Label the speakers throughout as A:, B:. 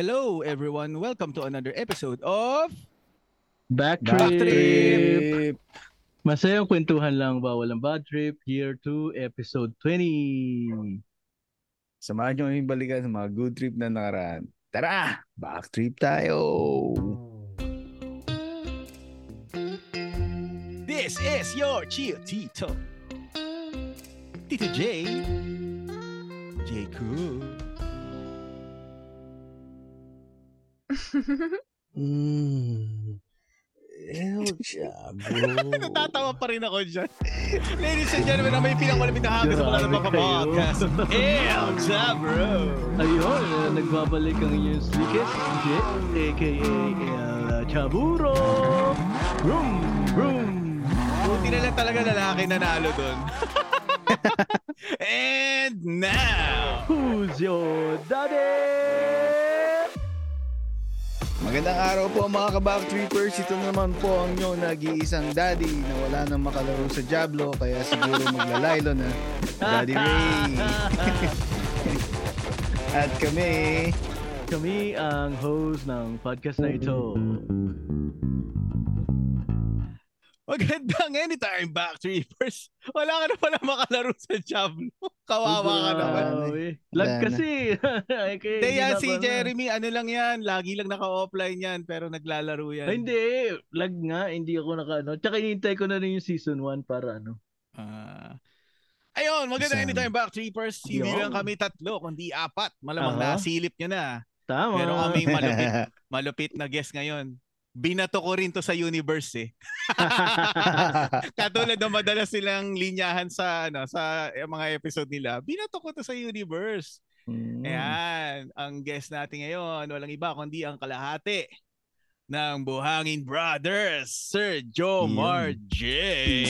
A: Hello everyone, welcome to another episode of
B: Backtrip!
A: Back
B: trip! Masayang kwentuhan lang bawal ang bad trip. Year 2, episode 20.
C: Samahan nyo kaming balikan sa mga good trip na nakaraan. Tara! Back trip tayo!
A: This is your chill Tito. Tito J. J. Cool.
D: Mm. Ew, job, bro.
A: Natatawa pa rin ako dyan. Ladies and gentlemen, ang may pinakamalapit na hapis sa mga
B: Grabe
A: naman
B: kayo.
A: podcast. El Jabro.
B: Ayun, uh, nagbabalik ang inyong slickest jet, aka El eh, uh, Chaburo! Vroom! Vroom!
A: Buti na lang talaga lalaki nanalo dun. And now,
B: Who's your daddy?
C: Magandang araw po mga ka-back trippers. Ito naman po ang nyo nag-iisang daddy na wala nang makalaro sa Diablo kaya siguro maglalaylo na Daddy Ray. At kami,
B: Kami ang host ng podcast na ito.
A: magandang anytime back trippers. Wala ka na pala makalaro sa Jablo. Kawawa ka naman.
B: Grabe. Lag
C: Wala na.
B: kasi. Ay, kaya
A: Hindi
B: hindi
A: yan,
B: na
A: si
B: pala.
A: Jeremy, ano lang yan, lagi lang naka-offline yan, pero naglalaro yan.
B: Ay, hindi. Lag nga. Hindi ako nakaano. Tsaka inintay ko na rin yung season 1 para ano.
A: Ah. ayun, maganda
C: Isa.
A: anytime back, Trippers. Hindi
B: Yun.
A: lang kami tatlo, kundi apat. Malamang
B: Aha.
A: nasilip nyo na.
B: Tama.
A: Meron kami malupit, malupit na guest ngayon. Binato ko rin to sa universe eh. Katulad ng madalas silang linyahan sa ano sa eh, mga episode nila, binato ko to sa universe.
C: Mm.
A: Ayan, ang guest natin ngayon, walang iba kundi ang kalahati ng Buhangin Brothers, Sir Jomar J.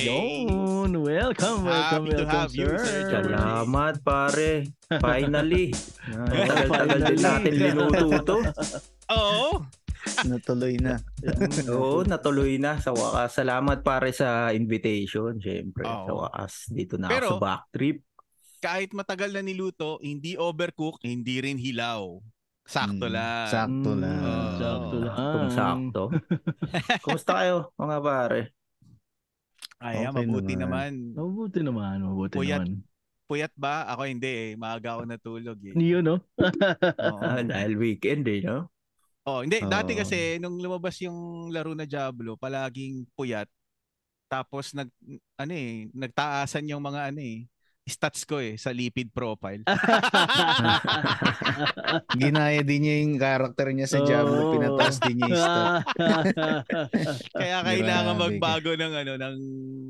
B: Yun. Welcome, welcome,
A: Happy to
B: welcome,
A: have you,
B: sir.
A: Sir Jordan.
D: Salamat, pare. Finally. Ah, Tagal-tagal din
B: Finally.
D: natin minuto to.
A: Oo.
C: Natuloy na.
D: Oo, natuloy na. Sa wakas, salamat, pare, sa invitation. Siyempre,
A: Oo.
D: sa wakas, dito na
A: Pero-
D: ako sa back trip.
A: Kahit matagal na niluto, hindi overcook, hindi rin hilaw. Sakto
C: Mm.
A: lang.
C: Sakto
B: Mm,
C: lang.
B: Sakto lang.
D: Kung sakto. Kumusta kayo, mga pare?
A: Ay,
C: Okay
A: mabuti naman.
C: naman.
B: Mabuti naman, mabuti
A: Puyat.
B: naman.
A: Puyat ba? Ako hindi eh. Maaga ako natulog eh.
B: Niyo, no?
A: Oo.
D: Ah, dahil weekend eh, no?
A: Oh, hindi. Dati
C: Oo.
A: kasi, nung lumabas yung laro na Diablo, palaging puyat. Tapos, nag, ano eh, nagtaasan yung mga ano eh, stats ko eh, sa lipid profile.
C: Ginaya din niya yung character niya sa
B: Oo.
C: Diablo. Pinataas din niya yung stat.
A: Kaya kailangan
C: Grabe.
A: magbago ng ano, ng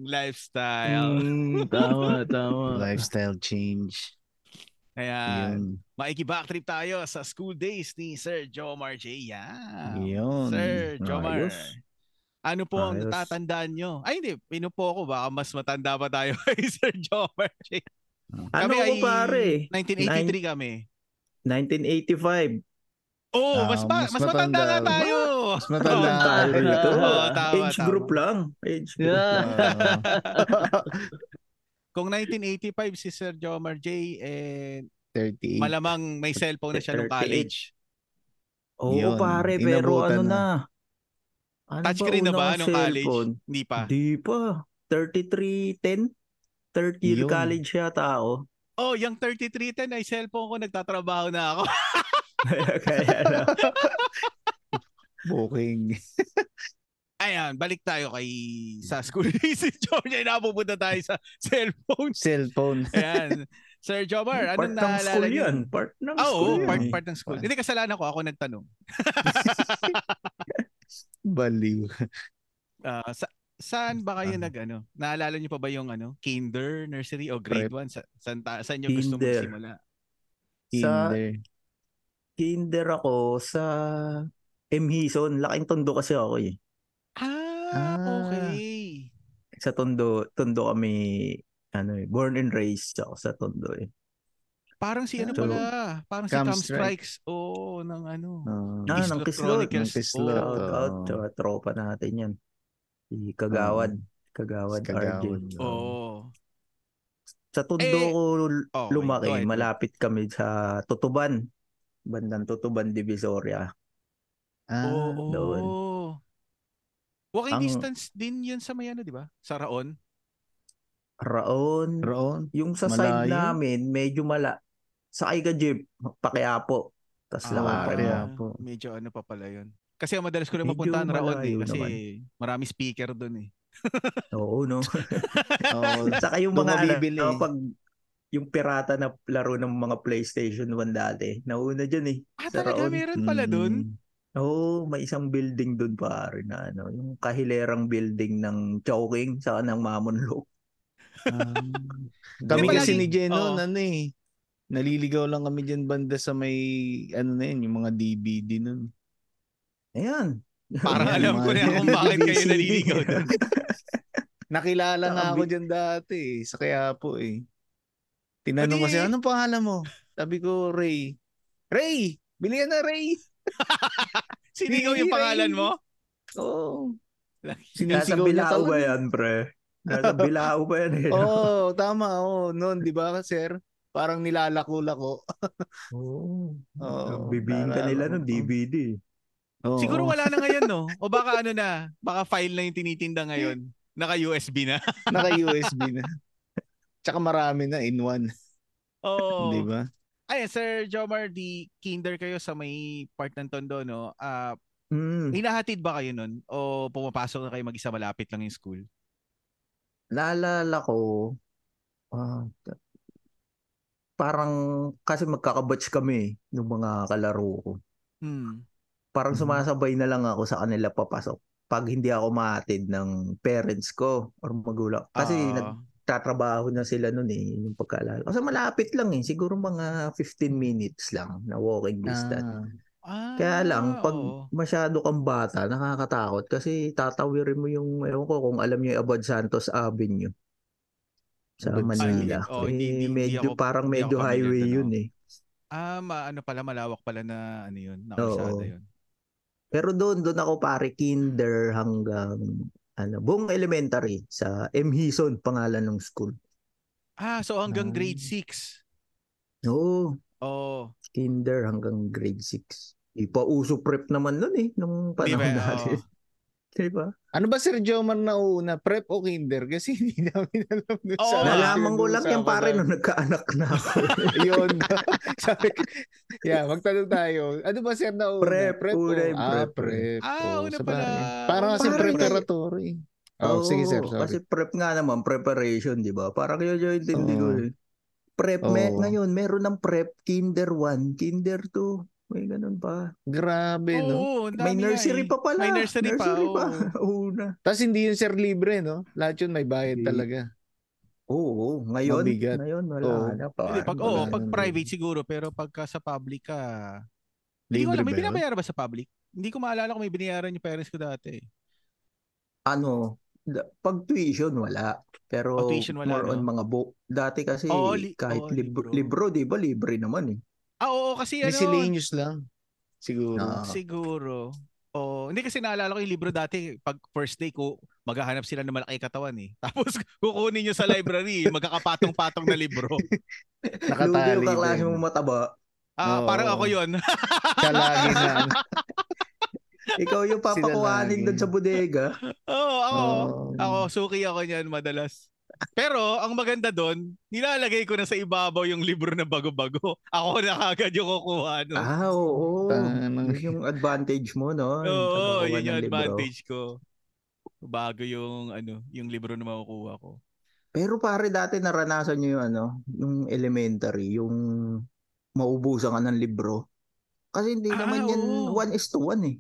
A: lifestyle.
B: Mm, tama,
A: Ah.
B: tama.
C: Lifestyle change.
A: Kaya,
C: Yun.
A: Maiki-backtrip tayo sa school days ni Sir Jomar J. Yan.
C: Yun.
A: ah. Sir Jomar.
D: Ayos.
A: Ano po ang
D: Ayos.
A: natatandaan nyo? Ay, hindi. Pinupo ko. Baka mas matanda pa tayo kay Sir Jomar J.
D: Ano
A: Kami
D: ako,
A: ay-
D: pare?
A: 1983 kami.
D: 1985.
A: Oh,
C: Ah,
A: mas, pa, mas,
C: mas
A: matanda
C: matanda.
A: nga tayo.
C: Mas matanda
B: Oo,
C: ka
B: tama.
C: rin.
D: Ito,
A: Ah, Oo, tama,
D: age
A: tama.
D: group lang. Age group.
B: Yeah.
C: Oo.
A: Kung 1985 si Sir Jomar J, eh,
C: 38.
A: malamang may cellphone na siya nung
D: 38.
A: college.
D: Oo,
C: Yun,
D: pare, pero
C: inabutan
D: ano
C: na.
D: na. Ano
A: Touchscreen na ba
D: unang
A: nung college?
D: cellphone?
A: Hindi pa.
D: Di pa. 3310? 30
C: Yun.
D: college yata ako.
A: Oh, yung 3310 ay cellphone ko. Nagtatrabaho na ako.
D: Kaya na.
C: Booking.
A: Ayan, balik tayo kay sa school days ni Jomar. Napupunta tayo sa cellphone.
C: Cellphone.
A: Ayan. Sir Jomar,
D: part
A: anong
D: ng
A: naalala
D: school
A: niyo?
D: yun. Part ng
A: Ah,
D: school
A: Oo,
D: yun.
A: part,
D: eh.
A: part ng school.
D: Pa-
A: Hindi, kasalanan ko. Ako nagtanong.
C: Baliw.
A: Ah, sa, saan ba kayo
C: Ah.
A: nag, ano? Naalala niyo pa ba yung, ano, kinder, nursery, o grade 1? Sa, saan, ta, saan niyo gusto
D: Kinder.
A: magsimula?
D: Sa-
C: Kinder.
D: Kinder ako sa M. Hison. Laking tondo kasi ako eh.
A: Ah,
C: Ah.
A: okay.
D: Sa tondo, tondo kami ano eh, born and raised ako sa tondo eh.
A: Parang si ano
D: So,
A: pala, parang si
C: Cam
A: Cam
C: Strike.
A: Strikes. Oo, ng ano.
C: Oo.
D: Ah,
A: Kislot
D: ng Kislot.
A: Chronicles.
C: ng Kislot.
A: Oo.
D: Shout out
C: Oo.
D: to a tropa natin yan. Si Kagawad.
A: Hmm.
D: Kagawad,
C: Kagawad.
D: RJ.
A: Oo.
D: Sa
A: Oh.
D: Tondo
A: Eh,
D: ko
A: okay,
D: lumaki.
A: go ahead.
D: malapit kami sa Tutuban. bandang Tutuban, Divisoria.
C: Ah,
A: Oo.
D: doon.
A: Walking
D: Ang-
A: distance din yun sa may ano, di ba? Sa Raon.
D: Raon.
C: Roon.
D: Yung sa
C: Malayo.
D: side namin, medyo mala. Sakay ka jeep, pakiapo. Tapos
A: Ah,
D: lakad.
C: kaya po.
A: Medyo ano pa pala yun. Kasi ang madalas ko lang
D: Medyo
A: mapuntahan Raon eh.
D: malayo
A: Kasi
D: naman.
A: marami speaker doon eh.
D: Oo, no?
C: Oo.
D: Saka yung
C: Doon
D: mga
C: ka
D: ano,
C: bibili.
D: no, pag yung pirata na laro ng mga PlayStation 1 dati, nauna dyan eh.
A: Ah,
D: Sa
A: talaga
D: Raon. Hmm.
A: meron pala
C: mm.
A: doon?
D: Oo, may isang building doon pare na ano, yung kahilerang building ng Chowking sa ng Mamonlok.
C: Um, kami
A: Hindi
C: kasi
A: palagi-
C: ni
A: Oo.
C: Jeno, ano eh, naliligaw lang kami dyan banda sa may, ano na yun, yung mga DVD nun.
D: Ayan.
A: Parang
C: Ayan,
A: alam ko
C: mga
A: na kung bakit kayo
C: BBC.
A: naliligaw doon.
C: Nakilala nga
D: Sabi-
C: ako dyan dati eh, sa kaya po eh. Tinanong
A: Adi-
C: kasi, anong pangalan mo? Sabi ko, Ray. Ray! Bilihan na Ray!
A: Sinigaw yung
C: Hindi,
A: pangalan
C: Ray.
A: mo?
C: Oo.
D: Nasa
C: Sinisigaw na
D: Bilao
C: tao.
D: ba yan, pre? Nasa Bilao ba yan? eh?
C: Oo, oh, tama. Oo, noon, di ba, sir? Parang nilalako-lako.
A: Oh,
D: Oo.
C: Oo,
D: Ang Bibihin ka nila ng DVD.
C: Oo.
A: Siguro wala na ngayon, no? O baka ano na, baka file na yung tinitinda ngayon. Naka-USB na.
C: Naka-USB na. Tsaka marami na in one,
A: Oo.
C: di ba?
A: Ayan, Sir Jomar, di kinder kayo sa may part ng Tondo, no? Ah,
D: Mm.
A: hinahatid ba kayo nun? O pumapasok na kayo mag-isa malapit lang yung school?
D: Naalala ko, ah, ta- parang kasi magkakabatch kami eh, ng mga kalaro ko.
A: Hmm.
D: Parang
C: Mhm.
D: sumasabay na lang ako sa kanila papasok pag hindi ako maatid ng parents ko or magulang. Kasi
A: Ah,
D: nagtatrabaho na sila noon eh, yun yung pagkaalala. ko. Kasi malapit lang eh, siguro mga 15 minutes lang na walking distance.
C: Ah,
A: ah,
D: Kaya lang, pag
A: oo.
D: masyado kang bata, nakakatakot kasi tatawirin mo yung, ewan ko kung alam niyo yung Abad Santos Avenue sa
C: Abad
D: Manila.
A: Santos. Oh,
D: eh,
A: hindi- hindi- hindi ako-
D: medyo, parang
A: hindi ako
D: medyo
A: familiar
D: highway
A: dun,
D: yun eh.
A: Ah, ma- ano pala, malawak pala na ano yun, nakasada
D: Oo.
A: yun.
D: Pero doon, doon ako pare kinder hanggang ano, buong elementary sa M. Hison, pangalan ng school.
A: Ah, so hanggang
D: Ah.
A: grade Oh. 6.
D: Oo,
A: Oo.
D: kinder hanggang grade 6. Ipauso prep naman nun eh,
A: Di
D: nung panahon
A: ba?
D: natin.
A: Oo.
D: Diba?
C: Ano ba Sir Jomar na una? Prep o kinder? Kasi hindi namin alam doon
A: Oo,
C: sa...
D: Nalaman ko lang yan pare nung nagkaanak na ako.
C: Yun. Sabi ko, yeah, magtanong tayo. Ano ba Sir na una?
D: Prep, una
C: o-
D: yung
C: Ah,
D: prep. eh.
C: prep.
A: Ah,
C: Oo,
A: una
C: sa
A: pala.
C: bagay. Parang kasi
D: Parang-
C: preparatory. Oh, sige Sir,
D: Oo, Kasi
C: sorry.
D: prep nga naman, preparation, di ba? Parang yun yung intindi ko
C: Oo.
D: eh. Prep, me-
C: Oo.
D: ngayon, meron ng prep, kinder 1, kinder 2, may ganun pa.
C: Grabe, eh, no?
A: Oo, ang
D: may
A: dami nga
D: nursery
A: eh.
D: pa pala.
A: May nursery pa,
D: Una.
C: Tapos hindi yun Sir libre, no? Lahat yun may bayad
D: Hindi.
C: talaga.
D: Oo, ngayon,
C: Mabigat.
D: ngayon wala
C: Oo.
D: na.
A: Hindi,
D: Parang
A: pag,
D: wala
A: oo,
D: na
A: pag
D: nun.
A: private siguro, pero pagka sa public ka, hindi ko
C: Libre
A: alam, may
C: ba yun?
A: binabayaran ba sa public? Hindi ko maalala kung may binayaran yung parents ko dati.
D: Ano, da- pag tuition wala. Pero
A: Oh, tuition wala,
D: more on
A: no?
D: mga book. Dati kasi
A: Oo, li-
D: kahit
A: oo,
D: libro,
A: libro.
D: libro, di ba, libre naman eh.
A: Ah, oo, kasi ano,
C: Miscellaneous lang. Siguro.
D: Na-
A: siguro. Oh, hindi kasi naalala ko yung libro dati, pag first day ko, maghahanap sila ng malaki katawan eh. Tapos kukunin nyo sa library, eh, magkakapatong-patong na libro.
D: Lugi
C: Nakatali
D: yung
C: ba
D: kaklase
C: yun?
D: mo mataba.
A: Ah,
C: Oo.
A: parang ako yun.
C: Siya lagi na. ano.
D: Ikaw yung
C: Sila
D: papakuhanin
C: lagi.
D: doon sa bodega.
A: Oo, ako.
C: Oo.
A: Ako, suki ako niyan madalas. Pero ang maganda doon, nilalagay ko na sa ibabaw yung libro na bago-bago. Ako na kagad yung kukuha nun.
D: Ah, oo.
C: Tanang-
D: Yun yung advantage mo,
A: Oo,
D: no? Yung pagkukuha
A: yun yung
D: ng libro.
A: advantage ko. Bago yung ano, yung libro na makukuha ko.
D: Pero pare, dati naranasan nyo yung ano, yung elementary, yung maubusan ka ng libro. Kasi hindi
A: Ah,
D: naman yan
A: oo.
D: one is to one eh.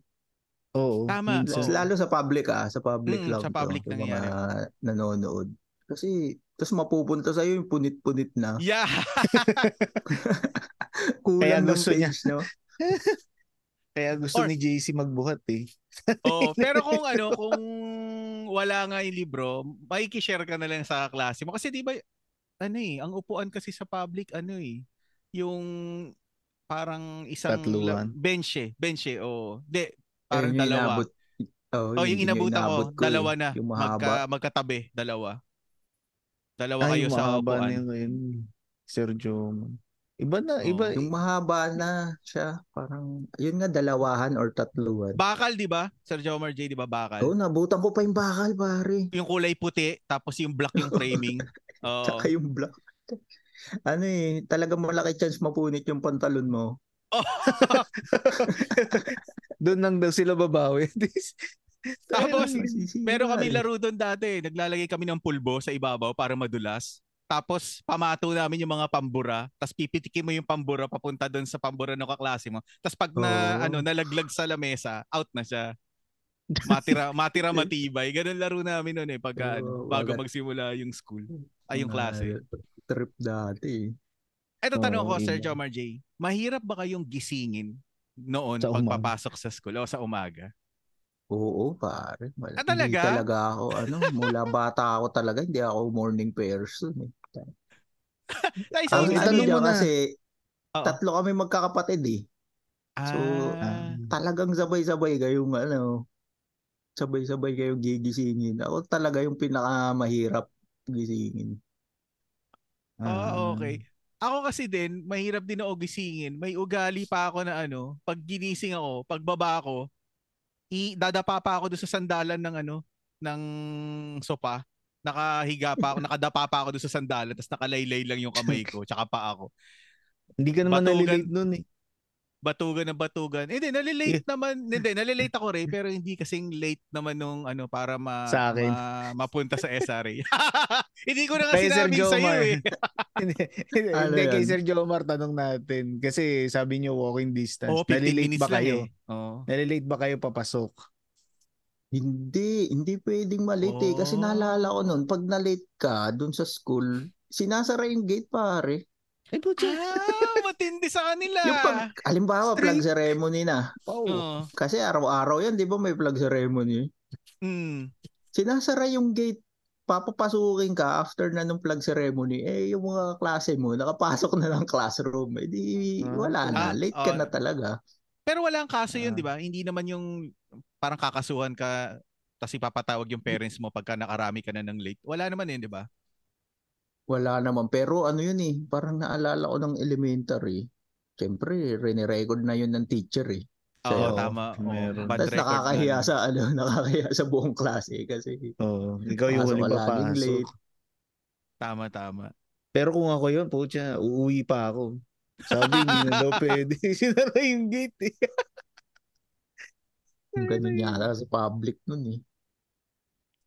C: Oo.
A: Tama,
C: minsan.
A: oo.
D: Lalo sa public ah, sa public
A: Mm,
D: lang
A: sa
D: to,
A: public
D: yung mga
A: nangyayari.
D: nanonood. Kasi, tapos mapupunta sa'yo yung punit-punit na.
A: Yeah.
D: Kulang ng
C: gusto niya.
D: page, no?
C: Kaya gusto
A: Or-
C: ni JC magbuhat eh.
A: Oo, pero kung ano, kung wala nga yung libro, makikishare ka na lang sa klase mo. Kasi di ba, ano eh, ang upuan kasi sa public, ano eh, yung parang isang
C: Tatluhan.
A: bench eh. Bench eh, oo. Di,
D: Yun
A: parang
D: yung
A: dalawa.
D: inabot-
A: Oh, yung
D: yun
A: inabutan
D: inabot
A: ko,
D: eh.
A: dalawa na.
D: Yung mahaba.
A: Magka, magkatabi, dalawa. Dalawa
C: Ay,
A: kayo sa
C: mahaba na
A: upuan.
C: yun. Sir Joe. Iba
A: Oh,
C: na, iba.
D: Yung mahaba na siya, parang, yun nga, dalawahan or tatluhan.
A: Bakal, di ba? Sir Jomar J, di ba bakal?
D: Oo, nabutan ko pa yung bakal, pare.
A: Yung kulay puti, tapos yung black yung framing. Oo.
D: Tsaka yung black. Ano eh, talagang malaki chance mapunit yung pantalon mo.
C: Doon lang daw sila babawi.
A: Tapos,
D: Sisira
A: meron kami
D: eh.
A: laro doon dati. Naglalagay kami ng pulbo sa ibabaw para madulas. Tapos, pamato namin yung mga pambura. Tapos, pipitikin mo yung pambura papunta doon sa pambura ng kaklase mo. Tapos, pag na,
D: Oo.
A: ano, nalaglag sa lamesa, out na siya. Matira, matira matibay. Ganun laro namin noon eh, pag, ano,
D: Oo, eh.
A: bago
D: wala.
A: magsimula yung school. Ay, yung klase.
D: Na- Trip dati. eh.
A: Eto tanong
C: Oo,
A: ko, Sir
C: yun lang.
A: Jomar J. Mahirap ba kayong gisingin noon
C: Sa umaga.
A: pagpapasok sa school o sa umaga?
D: Oo, pare. Wala.
A: Ah, talaga?
D: Hindi talaga ako, ano, mula bata ako talaga, hindi ako morning person. Eh.
A: Ay,
C: So,
D: Ang
A: sorry.
C: itanong
D: ano
C: mo
D: dyan
C: na.
D: kasi,
A: Oo.
D: tatlo kami magkakapatid eh. So,
A: Ah.
D: talagang sabay-sabay kayong ano, sabay-sabay kayong gigisingin. Ako talaga yung pinakamahirap gisingin. Um,
A: Ah, okay. Ako kasi din, mahirap din ako gisingin. May ugali pa ako na ano, pag ginising ako, pag baba ako, i dadapa pa ako doon sa sandalan ng ano, ng sopa. Nakahiga pa ako, nakadapa pa ako doon sa sandalan, tapos nakalaylay lang yung kamay ko, tsaka pa ako.
C: Hindi ka naman
A: Batugan.
C: nalilate nun eh.
A: Batugan na batugan. Hindi, nalilate naman. Hindi, nalilate ako rin, pero hindi kasing late naman nung ano, para ma,
C: Sa akin.
A: ma- mapunta sa SRA. hindi ko na nga
C: Kay Sir
A: sinabi sa'yo
C: Jomar.
A: eh.
C: Hindi, hindi,
D: Ano
C: hindi, kay
D: yan?
C: Sir Jomar, tanong natin. Kasi sabi niyo walking distance.
A: Oo, 15
C: Nalilate
A: minutes
C: ba
A: lang
C: kayo?
A: eh. Oo.
C: Nalilate ba kayo papasok?
D: Hindi, hindi pwedeng malate eh. Kasi
A: Oh.
D: naalala ko noon, pag na-late ka dun sa school, sinasara yung gate pare.
C: Ay, putya.
A: Ah, matindi sa kanila.
D: Yung pag, alimbawa,
C: String.
D: flag ceremony na.
C: Oh.
A: Oo.
D: Kasi araw-araw yan, di ba may flag ceremony?
A: Mm.
D: Sinasara yung gate. Papapasukin ka after na nung flag ceremony, eh yung mga klase mo, nakapasok na ng classroom. Eh di,
C: Ah.
D: wala na.
A: Ah,
D: Late ka
A: oh.
D: na talaga.
A: Pero walang kaso yun,
C: Ah.
A: di ba? Hindi naman yung parang kakasuhan ka tapos ipapatawag yung parents mo pagka nakarami ka na ng late. Wala naman yun, di ba?
D: Wala naman. Pero ano yun eh, parang naalala ko ng elementary. Siyempre, rinirecord na yun ng teacher eh.
A: Oo,
D: Oo,
A: tama. Oo,
C: meron.
A: bad
D: Tapos
A: record na,
D: nakakahiya
A: no?
D: sa ano, nakakahiya sa buong klase kasi
C: Oo, ikaw yung
D: Pasok
C: huling
D: ka laging
C: papasok.
D: late.
A: Tama, tama.
C: Pero kung ako yun, putya, uuwi pa ako. Sabi, hindi na daw pwede. Sinara yung gate eh.
D: ganun yata sa public nun eh.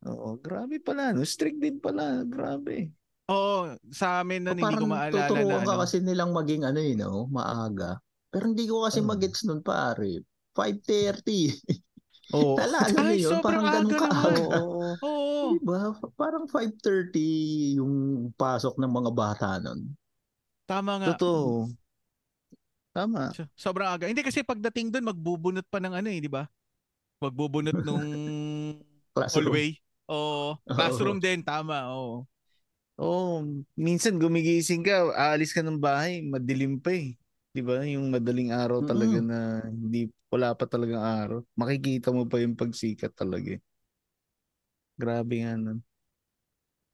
C: Oo, grabe pala. No? Strict din pala. Grabe.
A: Oo, sa amin na hindi ko
D: Parang
A: maalala na.
D: tuturuan ka
A: ano.
D: kasi nilang maging ano you know, maaga. Pero hindi ko
A: Hmm.
D: kasi
C: Ah.
D: magets nun pare. 5.30.
C: Oo.
D: Naalala niyo
A: Ay,
D: yun?
A: sobrang
D: Parang ganun
A: aga
D: ka
A: naman.
D: aga.
C: Oo.
A: Oo.
D: Diba? Parang 5.30 yung pasok ng mga bata nun.
A: Tama nga.
C: Totoo. Tama.
A: So- Sobrang aga. Hindi kasi pagdating doon, magbubunot pa ng ano eh, di ba? Magbubunot nung
D: Classroom.
A: hallway. Oo. Classroom din, tama. Oo.
C: Oo. Minsan gumigising ka, aalis ka ng bahay, madilim pa eh. Di ba? Yung madaling araw talaga na hindi, wala pa talagang araw. Makikita mo pa yung pagsikat talaga eh. Grabe nga nun.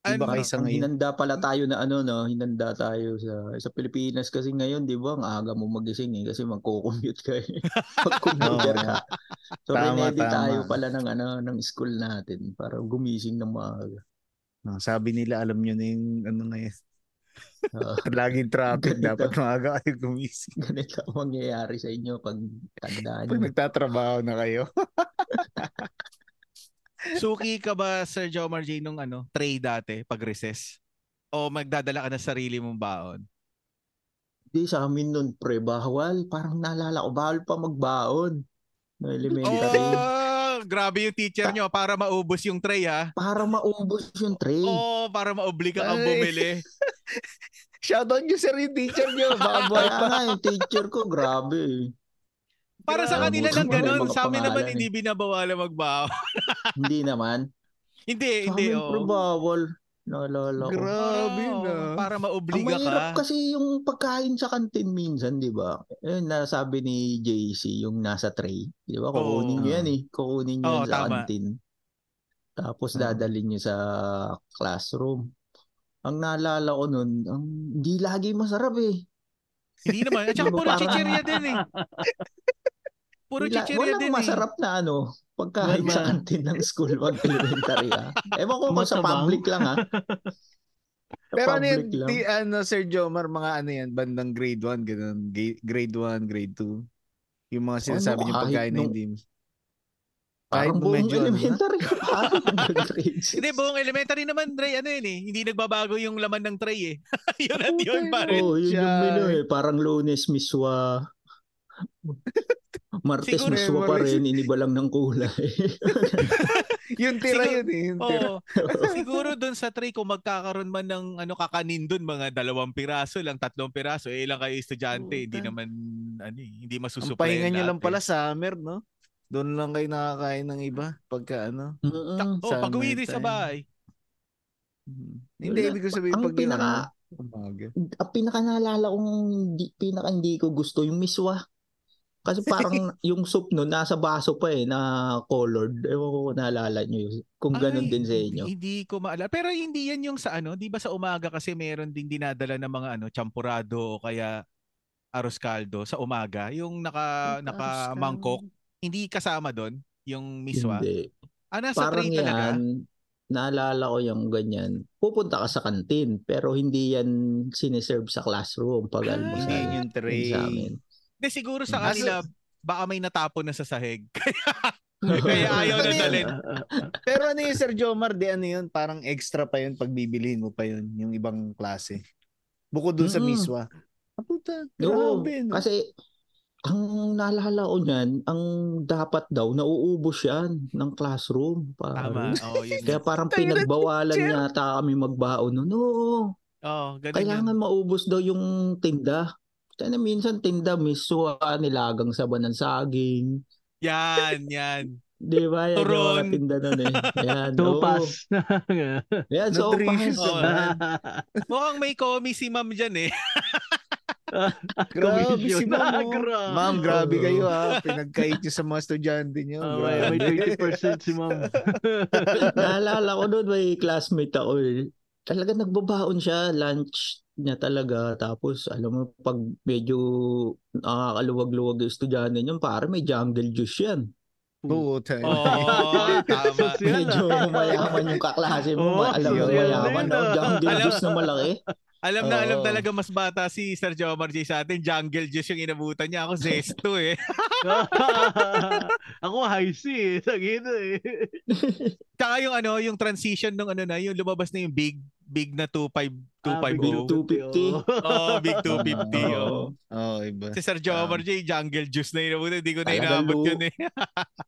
C: Iba
A: Ano?
C: kaysa
D: Ang
C: ngayon.
D: hinanda pala tayo na ano no, hinanda tayo sa sa Pilipinas kasi ngayon, 'di ba, ang aga mo magising eh kasi magko-commute ka. Eh. Mag-commuter ka. So
C: Tama,
D: ready
C: tama.
D: tayo pala ng ano ng school natin para gumising ng maaga.
C: Ah, Sabi nila, alam nyo na yung ano na yun.
D: Oo.
C: Laging traffic,
D: Ganito.
C: dapat maaga kayo gumising.
D: ganito ang mangyayari sa inyo pag tandaan
C: Pag
D: nyo.
C: nagtatrabaho na kayo.
A: Suki ka ba, Sir Jomar J, nung ano, tray dati, pag recess? O magdadala ka na sarili mong baon?
D: Hindi sa amin nun pre, bawal. Parang naalala ko, bawal pa magbaon. No elementary.
A: Oh, grabe yung teacher nyo para maubos yung tray, ha?
D: Para maubos yung tray.
A: Oh, para maobli ka kang
C: Ay.
A: bumili.
C: Shoutout nyo sir yung teacher nyo. Baka buhay
D: Kaya
C: pa.
D: nga yung teacher ko, grabe eh.
A: Para sa kanila
D: Grabe,
A: lang ganun.
D: mga
A: Sa amin
D: pangalan
A: naman,
D: eh.
A: hindi binabawala magbaon.
D: Hindi naman.
A: hindi,
D: Sa
A: hindi.
D: amin pre,
A: Oh.
D: bawal. Naalala ko.
C: Grabe na.
A: Para
D: Ang
A: maobliga
D: mahirap
A: ka.
D: kasi yung pagkain sa kantin minsan, di ba? Ayun, nasabi ni JC yung nasa tray. Di ba? Kukunin
A: Oo.
D: nyo yan eh. Kukunin nyo
A: Oo,
D: yan sa
A: tama. Mm.
D: kantin. Tapos
C: Oo.
D: dadalhin nyo sa classroom. Ang naalala ko nun, ang, hindi lagi masarap eh.
A: Hindi naman. At saka
D: Hindi mo
A: puro
D: parang-
A: chichirya din eh. Puro
D: Wala-
A: chichirya
D: walang
A: din eh.
D: masarap na ano, pagkain
B: Wala.
D: sa kantin ng school pag elementary ah. Ewan ko kung sa
B: Matabang.
D: public lang ah. Sa
C: Pero ano yan,
D: public lang.
C: ti, ano, Sir Jomar, mga ano yan, bandang grade 1, ganun, Ga- grade 1, grade 2. Yung mga sinasabi niyo
D: kahit
C: pagkain na
D: Ano, ah, nung-
C: hindi mo. kahit
D: Parang buong
C: medyo ano na.
D: elementary ka parang nag-grade six.
A: Hindi, buong elementary naman, Dre, ano yun eh. Hindi nagbabago yung laman ng tray eh. yun at yun,
C: Putay
A: pare.
D: Oo, yun yung
C: Siya.
D: menu eh. Parang lunes, miswa. Martes,
A: Siguro
D: miswa pa
C: memories.
D: rin. Iniba lang ng kulay.
C: Yung tira
A: Siguro-
C: yun eh, yung tira.
A: Oo. Siguro doon sa tray, kung magkakaroon man ng ano, kakanin doon, mga dalawang piraso lang, tatlong piraso, eh ilang kayo estudyante, hindi
D: Puta.
A: naman, ano eh, hindi
C: Ang
A: masusupply
C: pahinga
A: ang
C: nyo lang
A: lahat eh.
C: pala, summer, no? Doon lang kayo nakakain ng iba pagka ano.
A: Tak,
D: Mm-mm.
A: oh, pag-uwi din sa
C: summertime.
A: bahay.
C: Mhm. Hindi,
D: Wala.
C: ibig ko sabihin
D: Ang
C: pag
D: pinaka,
C: ano, umaga.
D: ang pinaka naalala Ah, kong di, pinaka hindi ko gusto yung miswa. Kasi parang yung soup nun, nasa baso pa eh, na colored. Ewan ko kung naalala nyo yun. Kung ganun
A: Ay,
D: din sa inyo.
A: Hindi, hindi ko maalala. Pero hindi yan yung sa ano, 'di ba sa umaga kasi meron ding dinadala ng mga ano, champurado o kaya arroz caldo sa umaga, yung naka naka mangkok, hindi kasama doon yung miswa.
D: Hindi.
A: Ah, nasa tray
D: Parang
A: talaga.
D: yan, naalala ko yung ganyan. Pupunta ka sa kantin, pero hindi yan sineserve sa classroom
A: Ah,
D: pag almusal.
C: Hindi
D: Yun
C: yung tray.
D: Sa amin.
A: Hindi siguro sa
D: Ah,
A: kanila baka may natapon na sa sahig. Kaya ayaw
C: Ano
A: na
C: yan?
A: dalhin.
B: ah,
C: Pero ano yun, Sir Jomar, di ano yun, parang extra pa yun pag bibilihin mo pa yun, yung ibang klase. Bukod dun sa
D: Mm-mm.
C: miswa. Ah, puta,
D: Oo,
C: grabe, no?
D: kasi ang naalala ko niyan, ang dapat daw, nauubos yan ng classroom.
A: Tama.
D: Parang.
A: Oh, yun.
D: Kaya parang
C: Tayo na,
D: pinagbawalan
C: teacher.
D: yata kami magbaon nun. Oo,
A: Oh, ganun yun.
D: kailangan maubos daw yung tinda. Kaya na minsan tinda, miswa, nilagang saban ng saging.
A: Yan, yan.
D: Di ba? Yan
A: Turon.
D: yung mga tinda nun eh. Yan.
B: Tupas.
D: oo. Yan, so
C: Nutritious.
A: Oo,
C: Ah,
A: yan. Mukhang may komi si ma'am dyan eh.
C: Grabe si
B: Comedian. Ah,
C: ma'am. oh.
B: Grabe.
C: Ma'am, grabe
D: Oo.
C: kayo ha. Pinagkait niyo sa mga estudyante niyo.
B: Ah, may,
C: grabe.
B: may 20% si ma'am.
D: Naalala ko nun, may classmate ako eh. Talaga nagbabaon siya, lunch niya talaga. Tapos, alam mo, pag medyo nakakaluwag-luwag yung estudyante niyan, parang may jungle juice yan.
C: Puta.
A: Oo, tama.
B: Yan,
D: Medyo
B: ah.
D: mayaman yung kaklase mo.
B: Oo,
D: alam mo,
C: yun, yun
D: mayaman.
B: din,
D: no?
B: ah.
D: jungle
A: Alam-
D: juice na malaki.
A: Alam na alam
D: Oo.
A: talaga mas bata si Sir Jomar J sa atin. Jungle Juice yung inabutan niya. Ako Zesto eh.
B: Ako high C eh. Sagito eh.
A: Tsaka yung ano, yung transition nung ano na, yung lumabas na yung big big na 25
D: big
A: 250.
B: oh.
D: two- 250.
A: oh, big 250.
D: Oo.
A: oh.
C: Oh, iba.
A: Si Sir Jomar J, Jungle Juice na inabutan. Hindi ko na
D: Talagang
A: inaabot
D: lu-
A: yun eh.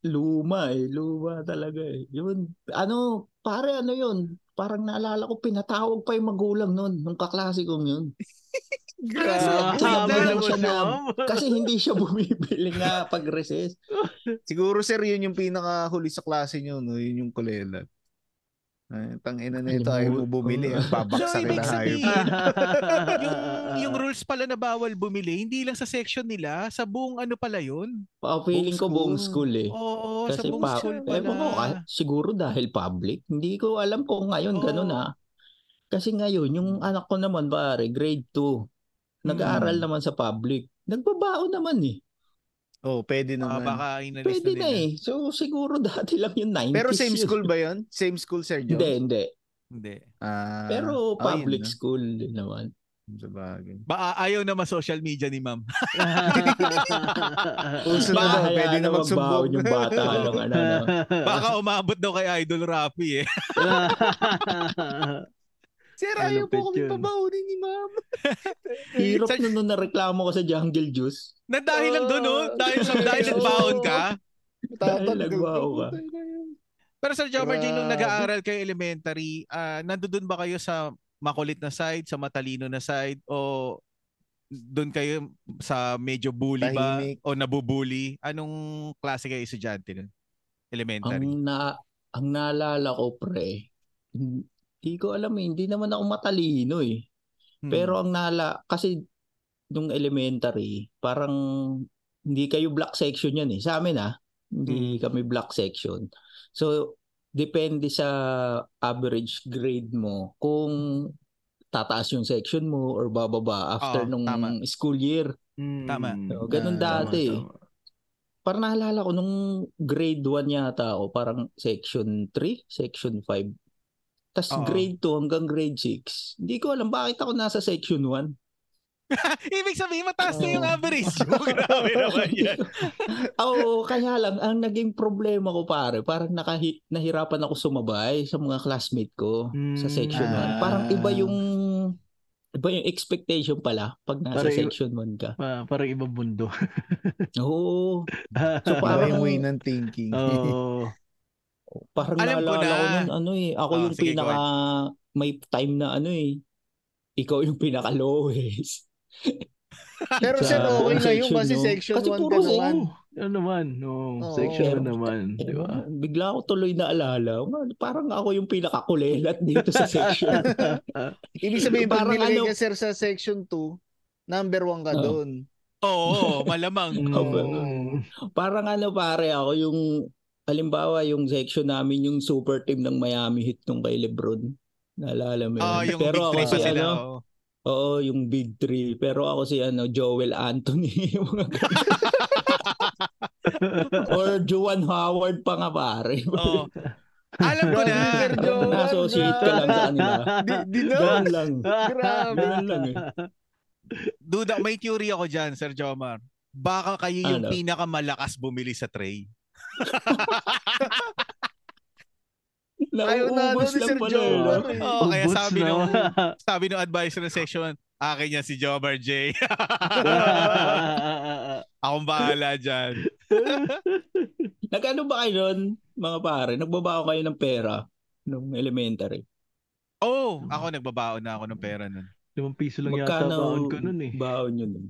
D: Luma eh, luma talaga eh. Yun, ano, pare ano yun? Parang naalala ko, pinatawag pa yung magulang nun, nung kaklase kong yun.
B: Ah,
D: Grabe.
B: haba
D: Grabe.
B: naman
D: Siya
B: si
D: na-
B: ma'am.
D: Kasi hindi siya bumibili nga pag recess.
C: Siguro sir, yun yung pinakahuli sa klase niyo, no? Yun yung kulela. Ay, tangina na ito, ayaw mo bumili.
D: Oo.
A: So,
C: Babaksak
A: ibig
C: na
A: sabihin,
C: hayop.
A: yung, yung rules pala na bawal bumili, hindi lang sa section nila, sa buong ano pala yun.
D: Pa, feeling ko
C: Buong
D: buong
C: school.
D: school eh.
A: Oo, sa
D: Kasi
A: buong
D: pa,
A: school
D: eh, ko,
A: pala.
D: ah, siguro dahil public. Hindi ko alam kung ngayon
A: Oo.
D: ganun ah. Kasi ngayon, yung anak ko naman pare, grade 2. Nag-aaral
C: Mm.
D: naman sa public. Nagbabaon naman eh.
C: Oh, pwede
A: Ah,
C: naman.
A: baka inalis
D: Pwede
A: na
D: na
A: nila.
D: eh. So siguro dati lang yung 90s.
C: Pero same
D: yun.
C: school ba yun? Same school, Sir Jones?
D: Hindi, hindi.
A: Hindi.
C: Ah, ah, yun,
D: Pero public
C: no?
D: school din naman.
C: Sa bagay.
A: Ba ayaw na ma-social media ni ma'am.
C: Uso na
D: Baka
C: daw,
D: hayaan
C: pwede na
D: magbaon
C: magsumbong.
D: yung bata. ano, ano, ano.
A: Baka umabot daw kay Idol Rafi eh.
C: Sir,
B: Ano,
C: ayaw po
B: pet
C: kami
B: yun?
C: pabaunin ni ma'am.
D: Hirap
A: Sa-
D: na nung nareklamo ko sa jungle juice.
A: Na dahil lang doon, no?
C: Oh,
A: Dahil sa dahil
C: okay.
A: baon ka.
C: Tatanggap
D: nagwao ka.
C: Putay na yun.
A: Pero Sir Jomar Jane, nung
C: Grabe.
A: nag-aaral kayo elementary, ah nandoon ba kayo sa makulit na side, sa matalino na side, o doon kayo sa medyo bully ba?
C: Tahimik.
A: O nabubully? Anong klase kayo estudyante nun? Elementary.
D: Ang na ang naalala ko pre, hindi ko alam eh, hindi naman ako matalino eh.
A: Hmm.
D: Pero ang nala kasi nung elementary, parang hindi kayo black section yan eh. Sa amin ah,
A: Hmm.
D: hindi kami black section. So depende sa average grade mo kung tataas yung section mo or bababa
A: Oo,
D: after nung
A: tama.
D: school year.
B: Mm.
A: Tama.
D: So, ganun
C: Ah,
D: dati. eh. Parang naalala ko nung grade 1 yata ako, parang section 3, section 5. Tapos
A: Oo.
D: grade 2 hanggang grade 6. Hindi ko alam bakit ako nasa section 1.
A: Ibig sabihin, mataas na yung
D: Oo.
A: average. mo. Grabe naman yan.
D: Oo, kaya lang, ang naging problema ko pare, parang nakahi- nahirapan ako sumabay sa mga classmate ko
B: Mm. Hmm.
D: sa section 1.
C: Ah.
D: Parang iba yung iba yung expectation pala pag nasa
B: Parang iba-
D: section 1 ka.
B: Pa, parang ibang mundo.
D: Oo,
B: so,
D: So,
C: Iba
D: parang-
C: yung way ng thinking.
B: oh,
D: parang
A: Alam ko
D: naalala
A: na.
D: ko nun, ano eh, ako
A: Ah,
D: yung
A: sige, go
D: pinaka may time na ano eh, ikaw yung pinaka lowest.
C: Pero
D: Sa
C: sir, okay na yun
D: section
C: kasi
D: nyo.
C: section 1
D: Kasi
C: ka
D: puro
C: naman.
B: ano naman, no,
C: Oo.
B: section 1
D: Pero-
B: naman, di ba?
D: Diba? Bigla ako tuloy naalala, "Ma, parang ako yung pinakakulelat dito sa section.
C: Ibig sabihin, pag
D: Parang
C: nilagay
D: ano-
C: ka sir sa section 2, number 1 ka
D: Oo.
C: doon.
A: Oo, malamang.
B: Mm.
D: Parang ano pare, ako yung halimbawa yung section namin yung super team ng Miami Heat nung kay LeBron. Naalala mo yun?
A: Oo, Ah, yung
D: Pero
A: big
D: ako
A: three pa
D: si
A: sila. oh.
D: ano,
A: oo.
D: oo, yung big three. Pero ako si ano, Joel Anthony. yung mga ganun. Or Juwan Howard pa nga pare.
A: Oo. Alam ko na.
C: Brother Joel,
D: Na-associate ka lang sa kanila.
C: ah, Di, di
D: Ganun
C: na.
D: lang.
C: Grabe.
D: Ganun lang eh.
A: Duda, may theory ako dyan, Sir Jomar. Baka kayo yung
D: Ano?
A: pinakamalakas bumili sa tray.
C: Ayaw na ano
D: Nauubos
C: ni
D: lang
C: Sir
D: pala eh, no?
C: Joel. eh.
A: Oo, kaya
B: Ubus
A: sabi
B: na.
A: nung, sabi nung advisor ng section, akin yan si Jomar J. Akong bahala dyan.
D: Nag-ano ba kayo nun, mga pare? Nagbabao kayo ng pera nung elementary?
A: Oh, ako nagbabaon na ako ng pera nun.
B: Limang piso lang yata
D: Magkano
B: baon ko nun eh.
D: Baon yun nun.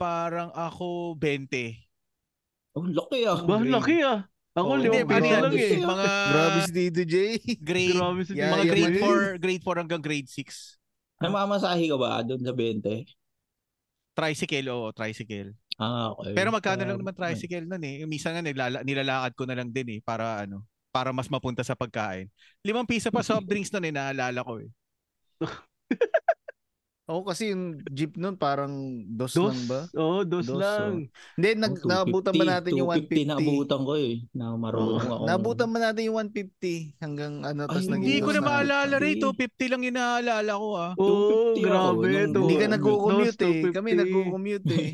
A: Parang ako 20.
D: Oh, laki ah.
B: Ba, laki ah. Ako
D: Oo,
A: Hindi, ano
B: limang piso
A: yan?
B: lang eh.
A: Mga
C: Grabe si Dito J.
A: grade,
B: Grabe sa
C: Yeah,
A: mga
C: yeah,
A: grade
C: yeah.
A: 4, grade 4 hanggang grade 6.
D: Namamasahe ka ba doon sa 20?
A: Tricycle, oo, tricycle.
D: Ah, okay.
A: Pero magkano lang
D: Ah,
A: naman tricycle nun eh. Yung Minsan nga nilala, nilalakad ko na lang din eh para ano, para mas mapunta sa pagkain. Limang piso pa soft drinks nun eh, naalala ko eh.
C: Oo, kasi yung jeep nun parang dos,
B: Dos?
C: lang ba?
B: Oo, dos,
C: Dos,
B: lang.
C: Hindi, nag,
D: oh,
C: naabutan ba
D: 250,
C: natin yung 150?
D: 250 naabutan ko eh. Na marunong ako.
C: Naabutan eh. ba natin yung 150 hanggang ano, tapos
D: Ay,
C: naging
A: Hindi ko
C: dos
A: na
C: na.
A: maalala rin.
D: Hindi.
A: 250 lang yung naalala ko ah.
B: Oo,
D: 250 ako
B: grabe.
D: nung-
B: to.
C: Hindi ka
D: Oo,
C: nagko-commute
B: Dos,
C: eh. Kami
B: 250.
C: nagko-commute eh.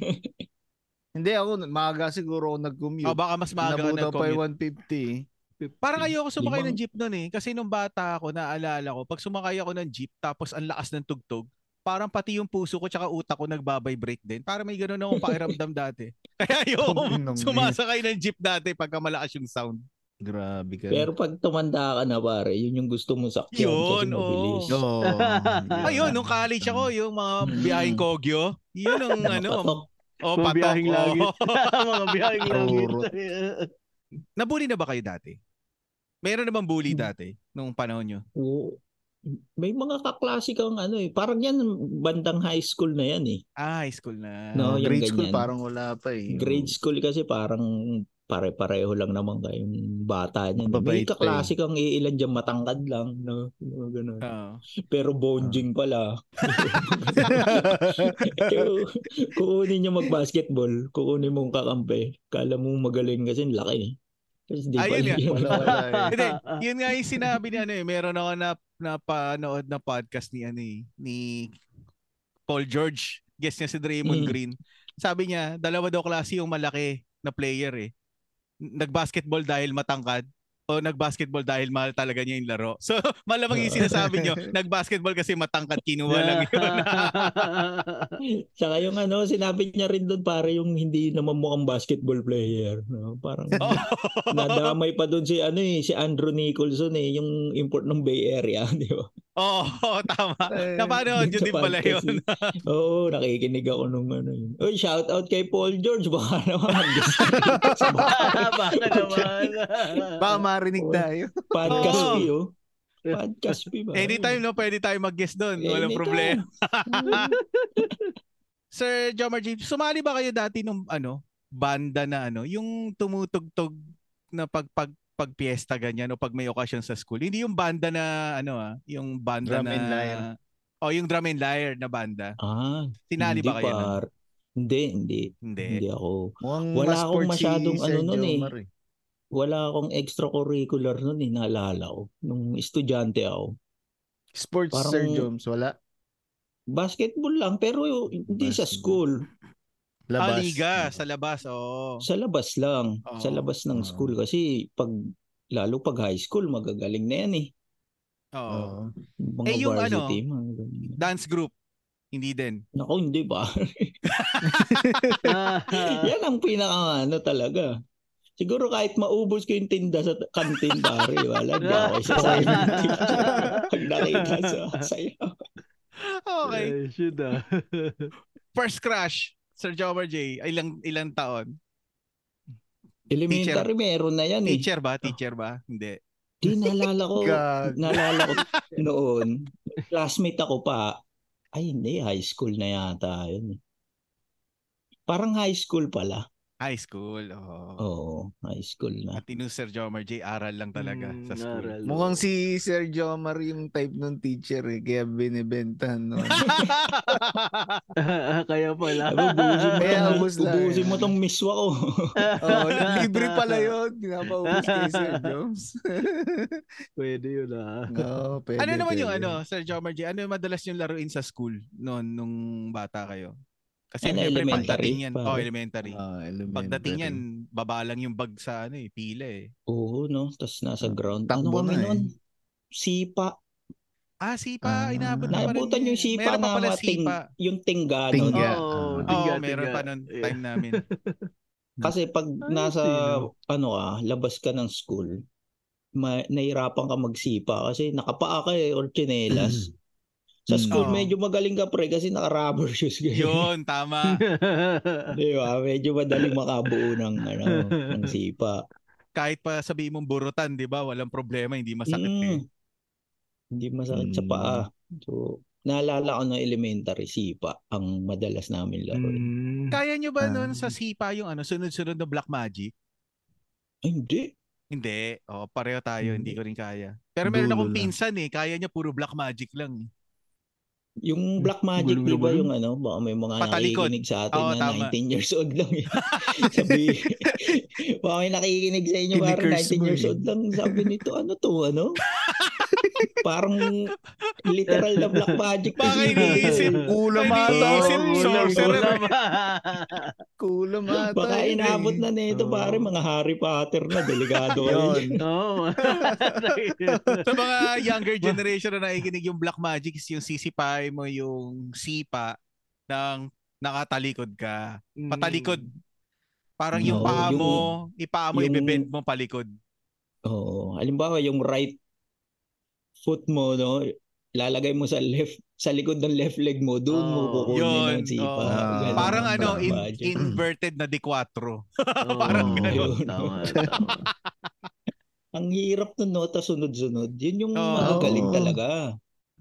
C: Hindi ako, maaga siguro ako
A: O
C: nag-commute.
A: Ah, baka mas maaga ka
C: Nabutan pa
A: nag-commute.
C: yung eh. 150.
A: Parang ayoko sumakay ng
D: Limang-
A: jeep noon eh. Kasi nung bata ako, naalala ko, pag sumakay ako ng jeep tapos ang lakas ng tugtog, parang pati yung puso ko tsaka utak ko nagbabibrate din. Parang may ganun akong pakiramdam dati. Kaya
C: Tangin
A: ayoko
C: ng
A: sumasakay ng jeep dati pagka malakas yung sound.
C: Grabe ka.
D: Pero pag tumanda ka na pare, yun yung gusto mo sakyan
A: Yun,
D: kasi
A: oo.
D: mabilis.
C: Oo.
A: Oh. Ayun, Ah, nung college ako, yung mga
D: Mm.
A: biyaheng Kogyo, yun ang ano,
D: Patok.
A: oh,
B: Mga
A: patok.
B: biyaheng
A: oh.
B: langit. Mga biyaheng langit.
C: Urot.
A: Nabully na ba kayo dati? Meron na bang bully
D: Hmm.
A: dati nung panahon nyo?
D: Oo. May mga kaklase kang ano eh. Parang yan, bandang high school na yan eh.
A: Ah, high school na.
D: No, yung
C: grade school
D: ganyan.
C: parang wala pa eh.
D: Grade school kasi parang pare-pareho lang naman kayong bata niyan.
C: Mababait
D: May
C: pa eh.
D: kaklase kang iilan dyan matangkad lang. No? Yung mga ganun.
A: Oo.
D: Pero bonjing pala. Yung kukunin niyo mag-basketball, kukunin mong kakampi. Kala mo magaling kasi ang laki. Kasi di
A: Ayun nga.
D: pala yun.
C: wala wala eh.
A: Hindi, yun nga yung sinabi ni ano eh. Meron ako na napanood na podcast ni ano eh, ni Paul George. Guest niya si Draymond
D: Mm.
A: Green. Sabi niya, dalawa daw klase yung malaki na player eh. Nagbasketball dahil matangkad o nagbasketball dahil mahal talaga niya yung laro. So, malamang yung sinasabi niyo, nagbasketball kasi matangkad kinuha lang yun.
D: Saka yung ano, sinabi niya rin doon pare yung hindi naman mukhang basketball player. No? Parang nadamay pa doon si ano eh, si Andrew Nicholson eh, yung import ng Bay Area, di ba?
A: Oo, oh,
C: eh.
A: tama. Napanood yun
D: Sa
A: din pala
D: podcast
A: yun.
D: eh. Oo, nakikinig ako nung ano yun. Uy, shout out kay Paul George. Baka naman guest sa
B: Baka naman.
C: Baka marinig tayo.
D: podcast
A: Oo.
D: fee, oh. Podcast fee ba?
A: Anytime, no? Pwede tayo mag-guest doon. Walang
D: Anytime.
A: problema. Sir Jomar James, sumali ba kayo dati nung ano, banda na ano, yung tumutugtog na pag pag pagpiesta ganyan o pag may okasyon sa school. Hindi yung banda na ano ah, yung banda
C: Drum
A: na
C: and lyre.
A: O, yung Drum and Liar na banda.
D: Ah,
A: Tinali
D: hindi
A: ba kayo? nun?
D: par. Hindi, hindi.
A: Hindi.
D: Hindi ako.
C: Mukhang
D: Wala
C: mas
D: akong
C: sporty si
D: masyadong ano
C: Sergio
D: nun eh.
C: Omar eh.
D: Wala akong extracurricular nun eh, naalala ko. Nung estudyante ako.
C: Sports
D: Parang-
C: Sir Joms, wala.
D: Basketball lang, pero hindi sa
C: Basketball.
D: school.
A: Ah,
C: Labas.
A: liga. Sa labas, oo.
D: Sa labas lang.
A: Oo.
D: Sa labas ng
A: oh.
C: Oo.
D: school. Kasi pag, lalo pag high school, magagaling na yan eh.
A: Oo.
C: Oo.
D: Mga
A: Eh, yung ano,
D: varsity, mga ganyan.
A: Dance group. Hindi din.
D: Naku, hindi ba?
B: Ah,
D: Yan ang pinaka ano talaga. Siguro kahit maubos ko yung tinda sa kantin pare, wala hindi ako isasayang ng tinda. Pag nakita sa sayo.
A: Okay.
B: eh, Shoot ah.
A: First crush, Sir Jomar J. Ilang, ilang taon?
D: Elementary meron na yan eh.
A: Teacher ba? Teacher ba? Hindi.
D: Di naalala ko,
C: Gag.
D: naalala ko noon, classmate ako pa. Ay hindi, high school na yata yun. eh. Parang high school pala.
A: High school. Oo.
D: Oo, high school na.
A: At inus Sir Jomar J, aral lang talaga
B: Mm,
A: sa school.
B: aral.
C: Mukhang si Sergio Omar yung type ng teacher eh. Kaya binibentahan nun.
B: Ah, Kaya pala.
D: Sabi, ubusin mo,
C: Kaya
D: tong-
C: ubus lang.
D: ubusin mo tong miswa ko.
C: Oo, Oh, libre pala yun. Pinapaubos kay Sir Joms.
B: Pwede yun ah.
C: Oo, pwede,
A: ano naman yung
C: pwede.
A: ano, Sir Jomar J? Ano yung madalas yung laruin sa school noon nung bata kayo? Kasi
D: Ano,
A: syempre,
D: elementary,
A: pagdating yan.
D: pare?
A: Oh, elementary.
C: Ah,
A: Pagdating
C: elementary.
A: yan,
D: Mm.
A: baba lang yung bag sa ano eh, pila eh.
D: Oo, no? Tapos nasa ground.
C: Takbo na
D: ano kami
C: eh.
D: nun? Sipa.
A: Ah, sipa.
C: Ah.
A: inabot na pa rin
D: Naabutan yung
A: yan.
D: sipa
A: Meron pa
D: na
A: pala
D: mating,
A: sipa.
D: yung tingga
C: Ting-
D: nun.
C: Yeah.
B: Oo,
C: Ah.
A: Oo,
B: tiga,
A: meron
B: tiga.
A: pa nun
B: Yeah.
A: time namin.
D: Kasi pag
B: Ay,
D: nasa,
B: sino?
D: ano ah, labas ka ng school, ma- nahirapan ka magsipa kasi nakapaa ka eh or tsinelas. Sa
C: Mm.
D: school,
A: Oo.
D: medyo magaling ka pre kasi naka-rubber shoes ka.
A: Yun, tama.
D: Di ba? Medyo madaling makabuo ng, ano, ng sipa.
A: Kahit pa sabihin mong burutan, di ba? Walang problema, hindi masakit eh. Hmm.
D: Mm. Hindi masakit sa
C: Mm.
D: paa. So, naalala ko ng elementary sipa ang madalas namin laro.
B: Mm.
A: Kaya nyo ba nun
C: Ah.
A: sa sipa yung ano, sunod-sunod na black magic? Hmm.
D: Ay, hindi.
A: Hindi. O, pareho tayo. Hindi
D: Hindi.
A: ko rin kaya. Pero meron
C: Dulo
A: akong
C: lang.
A: pinsan eh. Kaya niya puro black magic lang.
D: Yung Black Magic,
B: Gulo,
D: di ba
B: gulo.
D: yung ano, baka may mga
A: Patalikod.
D: nakikinig sa atin
A: Oo,
D: na
A: tama.
D: 19 years old lang. eh. sabi, baka may nakikinig sa inyo, parang
C: Kinikirse
D: 19
C: mo
D: years
C: eh.
D: old lang. Sabi nito, ano to, ano? parang literal na Black Magic.
A: Baka iniisip.
C: Kulam
A: Ay,
C: ata.
A: iniisip,
C: Kulam,
A: sorcerer.
C: kulam.
B: Wala ba?
C: Kulam ata.
D: Baka
C: yun eh.
D: inabot na nito,
B: Oo.
D: pare, mga Harry Potter na, delikado kayo.
C: Yun.
D: dyan.
B: Oo.
A: Sa mga younger generation na nakikinig yung black magic is yung sisipay mo yung sipa ng nakatalikod ka.
B: Hmm.
A: Patalikod. Parang yung
D: Oo,
A: paa
D: yung-
A: mo, ipaa mo,
D: yung-
A: ibebend mo palikod.
D: Oo. Halimbawa, yung right foot mo, no? Lalagay mo sa left, sa likod ng left leg mo, doon mo
B: Oo.
D: kukunin
A: Yun,
D: ang sipa.
A: oo.
D: Ganun
A: Parang
D: ang
A: ano,
D: Black
A: in-
D: Magic.
A: inverted na di 4.
B: Oo.
A: Parang
D: ganun.
B: Tama, tama.
D: Ang hirap ng nota sunod-sunod. Yun yung
A: Oo.
D: magagaling
C: Oo.
D: talaga.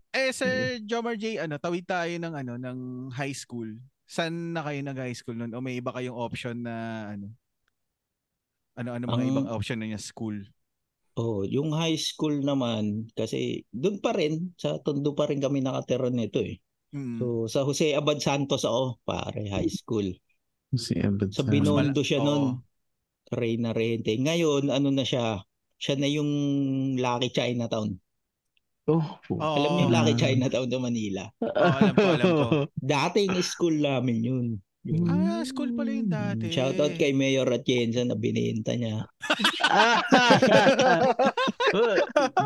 A: Eh,
D: Mm-hmm.
A: Sir Jomar J, ano, tawid tayo ng, ano, ng high school. Saan na kayo nag-high school nun? O may iba kayong option na, ano, ano-ano mga
D: Ang-
A: ibang option na yung school?
D: Oh, yung high school naman kasi doon pa rin sa Tondo pa rin kami nakatira nito eh.
A: Mm.
D: So sa Jose Abad Santos ako, pare, high school.
C: Si Abad
D: Sa
C: Sam.
D: Binondo
A: Oo.
D: siya noon. Ray na Rente. Ngayon, ano na siya? Siya na yung Lucky Chinatown.
B: Oh.
A: Oo.
D: Alam niyo yung Lucky
C: Ah.
D: Chinatown ng Manila.
A: Oo, alam ko, alam ko.
D: Dating school namin yun. Yun.
A: Ah, school pala yung dati.
D: Shoutout kay Mayor Atienza na binenta niya.
B: Ah.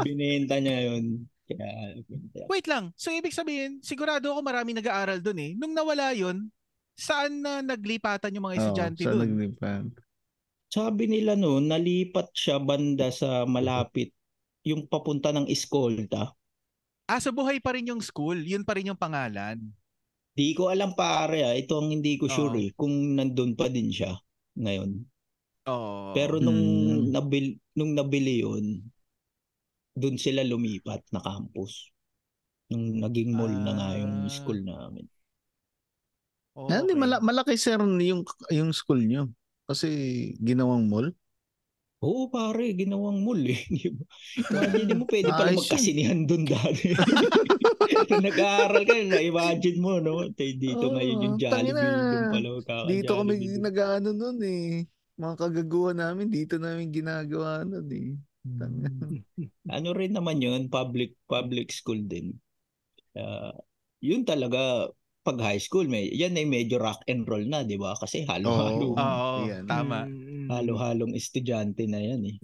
D: Binenta niya yun. Kaya,
A: Wait lang. So, ibig sabihin, sigurado ako marami nag-aaral doon eh. Nung nawala yon saan na naglipatan yung mga estudyante
C: Oo, sa
A: doon?
C: naglipan.
D: sabi nila noon, nalipat siya banda sa malapit yung papunta ng Escolta.
A: Ah, so buhay pa rin yung school. Yun pa rin yung pangalan.
D: Di ko alam pare ah, ito ang hindi ko
A: Oo.
D: sure eh, kung nandun pa din siya ngayon.
A: Oo.
D: Pero nung
C: Hmm.
D: nabili, nung nabili yun, dun sila lumipat na campus. Nung naging mall na nga yung
A: Ah.
D: school namin.
A: Oo,
C: Ah, Hindi,
A: okay.
C: mala- malaki sir yung, yung school nyo. Kasi ginawang mall.
D: Oo pare, ginawang mall eh. Di ba? Imagine mo, pwede pala
C: Ayos yun.
D: magkasinihan doon dati. Nung nag-aaral ka, na-imagine mo, no? Tay, Dito
C: Oo,
D: ngayon yung Jollibee,
C: tangina.
D: doon pala magkaka-
C: Dito kami
D: Jollibee.
C: nag-ano nun eh. Mga kagaguhan namin, dito namin ginagawa nun eh.
D: Hmm. ano rin naman yun, public public school din. Ah, yun talaga, pag high school, may, yan ay medyo rock and roll na, di ba? Kasi halo-halo.
C: Oo. Ah.
A: Oo,
C: Ayan.
A: tama.
B: Hmm.
D: Halo-halong estudyante na yan eh.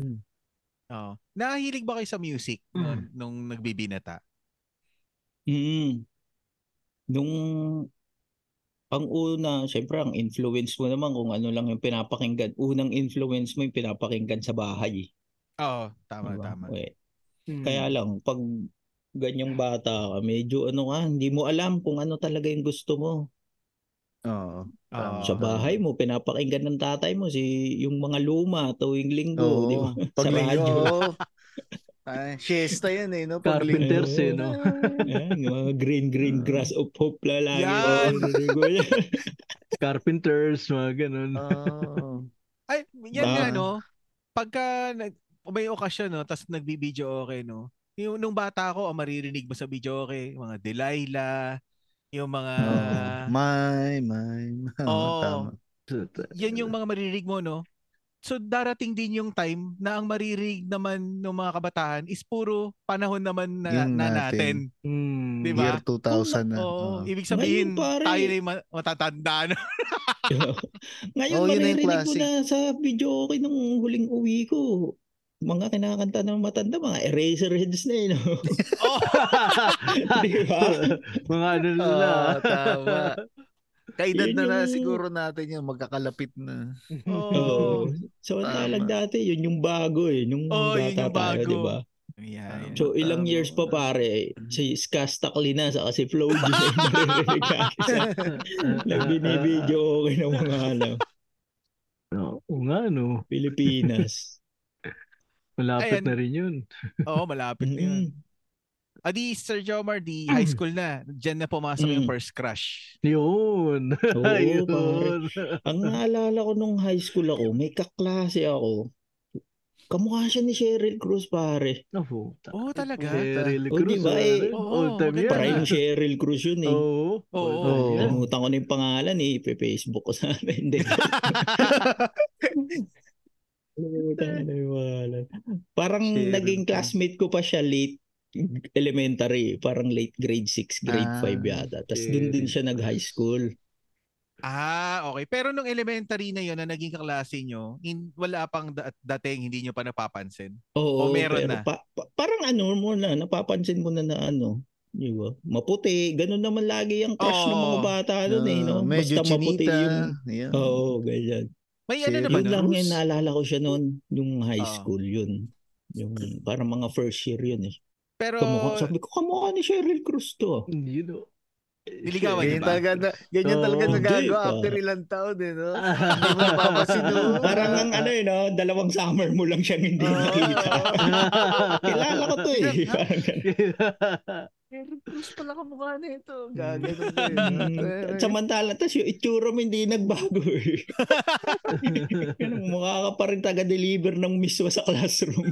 A: Oo. Nahilig ba kayo sa music
D: Hmm.
A: noon, nung nagbibinata?
D: Mm. Nung ang una, syempre ang influence mo naman kung ano lang yung pinapakinggan. Unang influence mo yung pinapakinggan sa bahay. eh.
A: Oo, tama,
D: Diba?
A: tama.
D: Eh,
B: Hmm.
D: Kaya lang, pag ganyang bata ka, medyo ano ka, hindi mo alam kung ano talaga yung gusto mo.
C: Oo.
A: Oo.
D: Sa bahay mo, pinapakinggan ng tatay mo si yung mga luma tuwing
C: Oo.
D: linggo, di ba?
C: Pag
D: Sa
C: linggo,
D: radyo.
C: oo. Ay, siesta yan eh, no? Pag linggo.
B: Carpenters eh, no?
D: Ayan, yung mga green green grass of hope Oh, la lagi.
A: Ah. Yan!
D: Oo, yan.
B: eh. Carpenters, mga ganun.
C: Oo.
A: Ay, yan
D: Ba-
A: nga, no? Pagka nag, may okasyon, no? Tapos nagbibideo okay, no? Yung, nung bata ako, ang maririnig mo sa video okay, mga Delilah, yung mga...
C: Oo. my, my, my.
A: Oo.
C: Tama.
A: yan yung mga maririnig mo, no? So darating din yung time na ang maririnig naman ng mga kabataan is puro panahon naman na,
C: Yung
A: na
C: natin.
A: natin.
B: Mm.
A: Di ba?
C: Year 2000 Diba? na.
A: Oo,
C: Oo.
A: ibig sabihin,
D: Ngayon, pare.
A: tayo na yung ma- matatanda na.
D: Ngayon,
C: Oh, yun na yung
D: maririnig ko
C: classic.
D: na sa video okay nung huling uwi ko. Mga kinakanta ng matanda, mga Eraserheads na yun. no?
A: oh,
D: Di ba?
B: mga ano na
C: Oo,
B: nila.
C: tama. Kaedad
D: Yun
C: na na
D: yung-
C: siguro natin yun, magkakalapit na.
D: Oo.
A: oh.
D: So,
C: Tama.
D: talag dati, yun yung bago eh. Nung
A: Oo, yun
D: bata
A: yung
D: tayo,
A: bago.
D: di ba?
A: Yeah, yeah.
D: So, ilang
C: Tama.
D: years pa pare, si Skasta Klina sa kasi Flow G na yung maririnig natin sa na binibideo okay ng mga ano,
B: Oo nga, ah, no?
D: Pilipinas.
B: Malapit
A: Ayan.
B: na rin yun.
A: Oo, malapit na
D: Mm.
A: yun. Adi, Sir Jomar, di high school na. Diyan na pumasok yung
D: Mm.
A: first crush.
B: Yun.
D: Oo, pare.
B: Ayun.
D: Ang naalala ko nung high school ako, may kaklase ako. Kamukha siya ni Sheryl Cruz, pare.
B: Ako.
A: Oo, talaga?
B: Cheryl
D: Oh,
B: Oh, Cruz.
D: diba,
B: wala
D: eh?
B: rin.
A: Oh, Oo,
B: All time
A: maganda.
B: yan.
D: Prime Sheryl Cruz yun eh.
B: Oo.
A: Oo.
B: all time
C: Oo.
B: yan.
D: Kalimutan ko na yung pangalan eh. Ipe-Facebook ko sana. Hindi. Kalimutan ko na yung pangalan. Parang
C: Sheryl
D: naging
C: Cruz.
D: classmate ko pa siya late elementary. Parang late grade 6,
C: Ah,
D: grade 5 yata. Tapos dun
B: Sheryl
D: din siya nag-high school.
A: ah, okay. Pero nung elementary na yon na naging kaklase nyo, in, wala pang da- dating hindi nyo pa napapansin. O
D: Oo,
A: meron na?
D: pero pa- pa- parang ano mo na, napapansin mo na na ano, di ba? Maputi. Ganun naman lagi ang crush ng mga
A: Oo.
D: bata doon eh. No?
C: Ah, medyo
D: Basta maputi
C: chinita.
D: yung...
C: Ayan.
D: Oo, ganyan.
A: May ano
C: Sir,
A: na ba Ah.
D: Yun
A: nun?
D: lang
C: Cruz?
D: yun, naalala ko siya noon, yung high
A: Oo.
D: school yun. Yung parang mga first year yun eh.
A: Pero,
D: Kamukha, sabi ko, kamukha ni Sheryl Cruz to.
B: You know.
A: Niligawan niya
C: Eh, Ganyan
A: ba?
C: talaga, na, ganyan
B: Oo,
C: talaga nagagawa
D: Diba? hindi,
C: after
D: pare.
C: ilang taon eh, no? Hindi mo mapapansin, no?
A: Ah.
D: Parang ang ano eh, no? dalawang summer mo lang siyang hindi
C: Oo.
D: nakita. Kilala ko to eh. Parang ganun.
C: Pero Cruz pala kamukha na ito. Gagano Eh,
D: Mm, Samantala, tas yung itsura mo hindi nagbago eh. Ganun, mukha ka pa rin taga-deliver ng miswa sa classroom.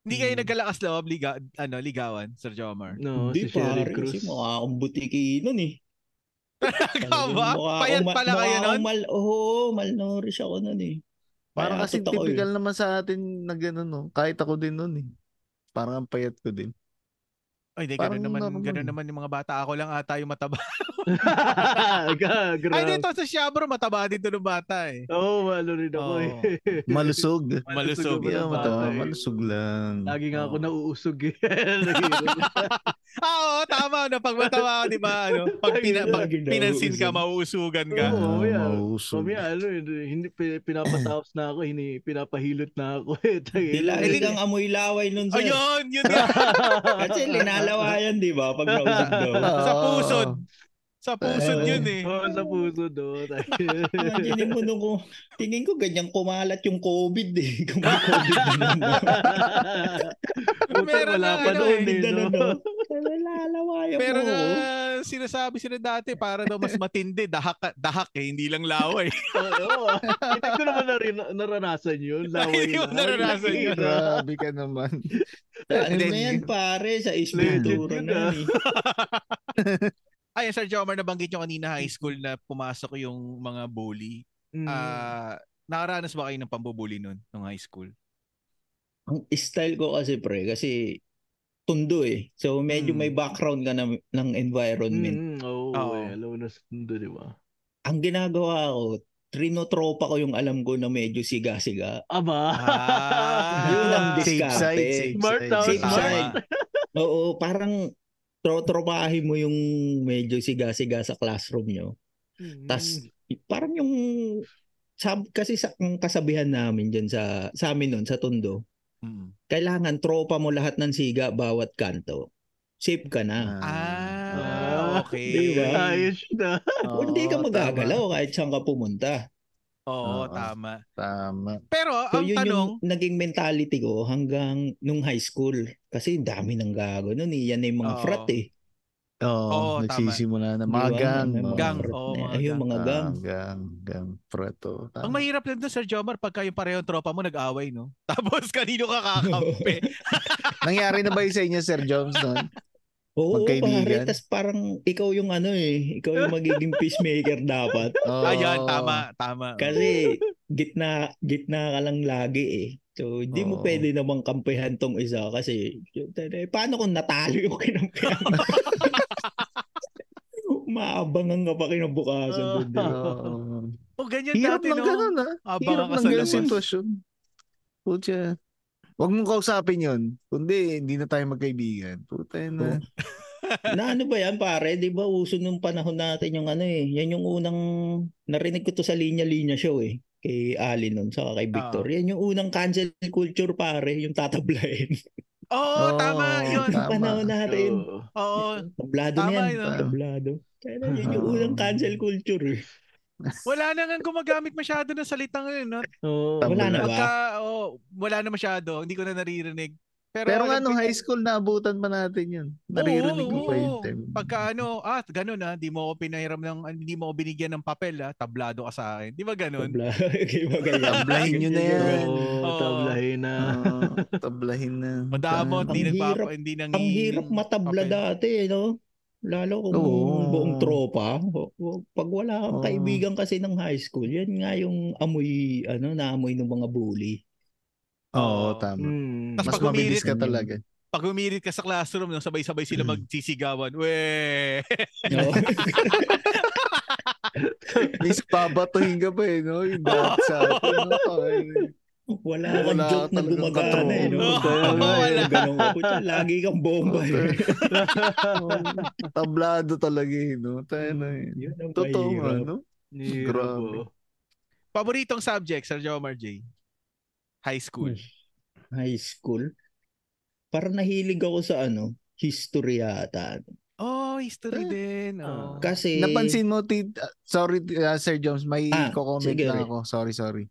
A: hindi kayo nagkalakas loob liga, ano, ligawan, Sir Jomar.
B: no,
D: Hindi
B: si Sheryl
D: pare,
B: Cruz.
D: kasi
A: ah?
D: mukha akong butiki nun eh.
A: Talaga
D: Talagang
A: ba?
D: mukha akong
A: Payat
D: ma-
A: pala
D: mukha
A: kayo
D: akong
A: nun?
D: Mal- Oo, malnourished ako nun eh.
C: Parang
D: Kaya
C: kasi
D: totoo eh.
C: typical naman sa atin na gano'n, no? Kahit ako din nun, eh. Parang ang payat ko din.
A: Ay, hindi,
C: Parang
A: ganun naman,
C: normal.
A: ganun naman yung mga bata. Ako lang ata yung mataba.
B: Ga-
A: Ay,
B: Grabe.
A: dito sa Shabro, mataba dito ng bata eh.
B: Oo, oh, malo rin ako eh.
A: Oo.
C: Malusog.
A: Malusog.
B: ako ng
C: Yeah,
B: bata
C: matawa.
B: eh.
C: Malusog lang.
B: Lagi nga ako
A: Oo.
B: nauusog eh. Lagi
A: Ah, oo, tama. No? Pag matawa, di ba? Ano, pag, pina, pag pinansin ka, mauusugan ka.
B: Oo,
C: Ah,
B: yeah.
C: Mausog.
B: Mamaya ano, eh, hindi, pi- pinapataos na ako, hini, pinapahilot na ako eh. Tayo,
D: Di lagi
A: Hindi-
D: kang amoy laway nun sir.
A: Ayun, yun nga.
D: Kasi linalawayan, di ba? Pag nausap daw.
C: Ah,
A: Sa pusod. Sa pusod
D: Oo.
A: yun eh.
B: Oo, sa puso do. Tayo.
D: Imagine mo nung ko, tingin ko ganyan kumalat yung COVID eh. Kung may
A: Meron
B: Puta,
D: COVID na nun.
B: wala
A: na,
B: pa
A: ano,
B: noon
D: eh,
B: eh.
D: na
B: No?
D: nun, no? Nalalawayan
A: Pero
D: mo.
A: nga, sinasabi sila dati, para daw mas matindi, dahak, dahak eh, hindi lang laway.
B: Oo. Hindi ko naman narin- naranasan yun.
A: Hindi
B: Laway
A: mo
B: na.
A: naranasan yun.
C: Grabe ka naman.
D: Ano
C: Then-
D: na yan, pare? Sa
B: Legend
D: espiritura
B: yun,
D: na
B: ah.
D: yan eh.
A: Ay, Sir Jomar, nabanggit nyo kanina high school na pumasok yung mga bully.
B: Mm.
A: Ah, nakaranas ba kayo ng pambubuli nun, nung high school?
D: Ang style ko kasi, pre, kasi tundo eh. So, medyo
A: Hmm.
D: may background ka na, ng
B: Mm,
D: environment.
B: oo,
A: Oo.
B: eh, alam mo na sundo, di ba?
D: Ang ginagawa ko, trinotropa ko yung alam ko na medyo siga-siga.
B: Aba!
A: Ah,
D: Yun ang
A: Ah,
C: Safe
D: diskarte.
C: side, safe
B: Smart
C: side.
B: daw,
D: Safe
A: Oh, Tama.
D: side. Oo, parang trotropahin mo yung medyo siga-siga sa classroom nyo.
B: Mm.
D: Tas parang yung sab, kasi sa ang kasabihan namin diyan sa sa amin noon sa Tondo,
A: Mm.
D: kailangan tropa mo lahat ng siga bawat kanto. Safe ka na.
A: Ah, okay.
D: di ba?
B: Ayos na.
C: Oo,
D: Hindi ka
C: tama.
D: magagalaw kahit saan ka pumunta.
A: Oo,
C: Oo.
A: tama.
C: Tama.
A: Pero
D: So
A: ang
D: yun
A: tanong,
D: yung naging mentality ko hanggang nung high school. Kasi ang dami ng gago nun eh. Yan na yung mga
A: Oo.
D: frat eh.
C: Oo,
A: Oo, tama.
C: nagsisimula na.
D: Di ba?
C: Mga gang.
D: May mga
A: Gang,
D: frat
A: oo,
D: na-
A: mga
D: Ayun, mga
C: Ah,
D: gang.
C: gang, gang, preto. Tama.
A: ang mahirap lang doon, Sir Jomar, pagka yung parehong tropa mo nag-away, no? Tapos kanino ka kakampi?
C: Nangyari na ba yun sa inyo, Sir Jones, noon?
D: Oo,
C: Magkaibigan.
D: pare. Tapos parang ikaw yung ano eh. Ikaw yung magiging peacemaker dapat.
C: Oh,
A: Ayan, tama, tama.
D: Ah. Kasi gitna gitna ka lang lagi eh. So hindi mo
C: Oo.
D: pwede namang kampihan tong isa kasi eh, paano kung natalo yung kinampihan? mo? Maabangan ka pa kinabukasan
C: Ah.
D: eh. doon. di ba?
C: Oo.
A: O Oh, ganyan
C: Hirap
A: dati,
C: lang
A: no?
C: ganun, ah.
A: Abang
C: Hirap
A: ka
C: lang
A: sa
C: ganun
A: labas.
C: sitwasyon. Putya. Huwag mong kausapin yun. Kundi, hindi na tayo magkaibigan. Puta na.
D: na ano ba yan pare? Di ba uso nung panahon natin yung ano eh. Yan yung unang narinig ko to sa Linya Linya Show eh. Kay Ali nun sa kay Victor.
C: Ah.
D: Yan yung unang cancel culture pare. Yung tatablain.
A: Oo, tama,
C: Oo,
A: yun.
C: Tama.
D: panahon natin.
B: Oo.
A: Oo.
D: Tablado
A: Tama
D: na yan.
A: yun, ah.
D: Tablado. Kaya na, yun yung
C: Oo.
D: unang cancel culture. eh.
A: Wala na nga gumagamit masyado ng salitang yun, no?
C: Diba?
B: Oo.
C: Tama.
D: Wala na ba?
A: Pagka, oh, wala na masyado. Hindi ko na naririnig. Pero,
C: Pero nga
A: alam
C: nung
A: ko-
C: high school, naabutan pa natin yun. Naririnig ko pa yung
A: oo.
C: time.
A: Pagka ano, ah, ganun ah, di mo ako pinahiram ng, di mo ako binigyan ng papel ah, tablado ka sa akin. Di ba ganun?
D: Tabla. Iba ganyan.
C: Tablahin nyo na
D: Ganyan
C: yan.
D: yun.
B: Oo, tablahin na.
C: Oo, Ah, tablahin na.
A: Madamo at
C: Tama.
A: di
D: Ang
A: nagpapa,
D: hirap-
A: hindi nang
D: Ang hirap matabla
A: papel.
D: dati, eh, no? Lalo kung
C: Oo.
D: buong tropa. O- o- Pag wala kang
C: Oo.
D: kaibigan kasi ng high school, yan nga yung amoy, ano, naamoy ng mga bully.
C: Oo, tama.
B: Mm.
A: Tas
C: Mas
A: pag umirit-
C: mabilis ka talaga.
A: Pag umirit ka sa classroom, no, sabay-sabay sila
C: Mm.
A: magsisigawan. We!
D: No?
C: Miss, babatuhin ka pa eh, no? Yung dahil sa atin, no? Ay,
D: wala kang
C: Wala ka
D: joke na
C: talagang
D: gumagana, eh, no?
A: katropa.
D: Kaya nga, eh,
A: Wala.
D: ganun ako. Tiyan, Lagi kang bomba. eh.
C: Tablado talaga eh, no? Tayo na eh.
D: Yun ang
C: Totoo nga,
D: mahirap.
C: no?
B: Hirap,
C: Grabe.
B: oo.
A: Paboritong subject, Sir Jomar J. High school.
D: Hmm. High school. Parang nahilig ako sa ano, history yata.
A: Oh, history
C: Ah.
A: din.
B: Ah.
A: Oh.
D: Kasi
C: Napansin mo, tit- ah, sorry, ah, Sir Jones, may
D: Ah,
C: ko-comment
D: sige,
C: lang
D: Rick.
C: ako. Sorry, sorry.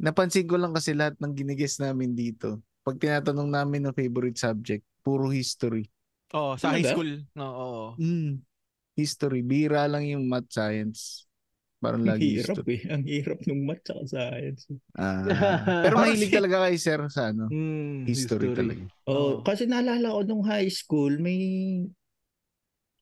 C: Napansin ko lang kasi lahat ng ginigis namin dito. Pag tinatanong namin ng favorite subject, puro history.
A: Oh, sa
D: Talaga?
A: high school. Oo. oo.
C: Mm. History. Bira lang yung math science. Parang
D: ang
C: lagi
D: hirap
C: history.
D: eh. Ang hirap nung math saka science.
C: Ah. Pero mahilig talaga kay Sir sa ano,
B: Mm,
C: history, talaga.
A: Oo.
D: Oh, kasi naalala ko nung high school, may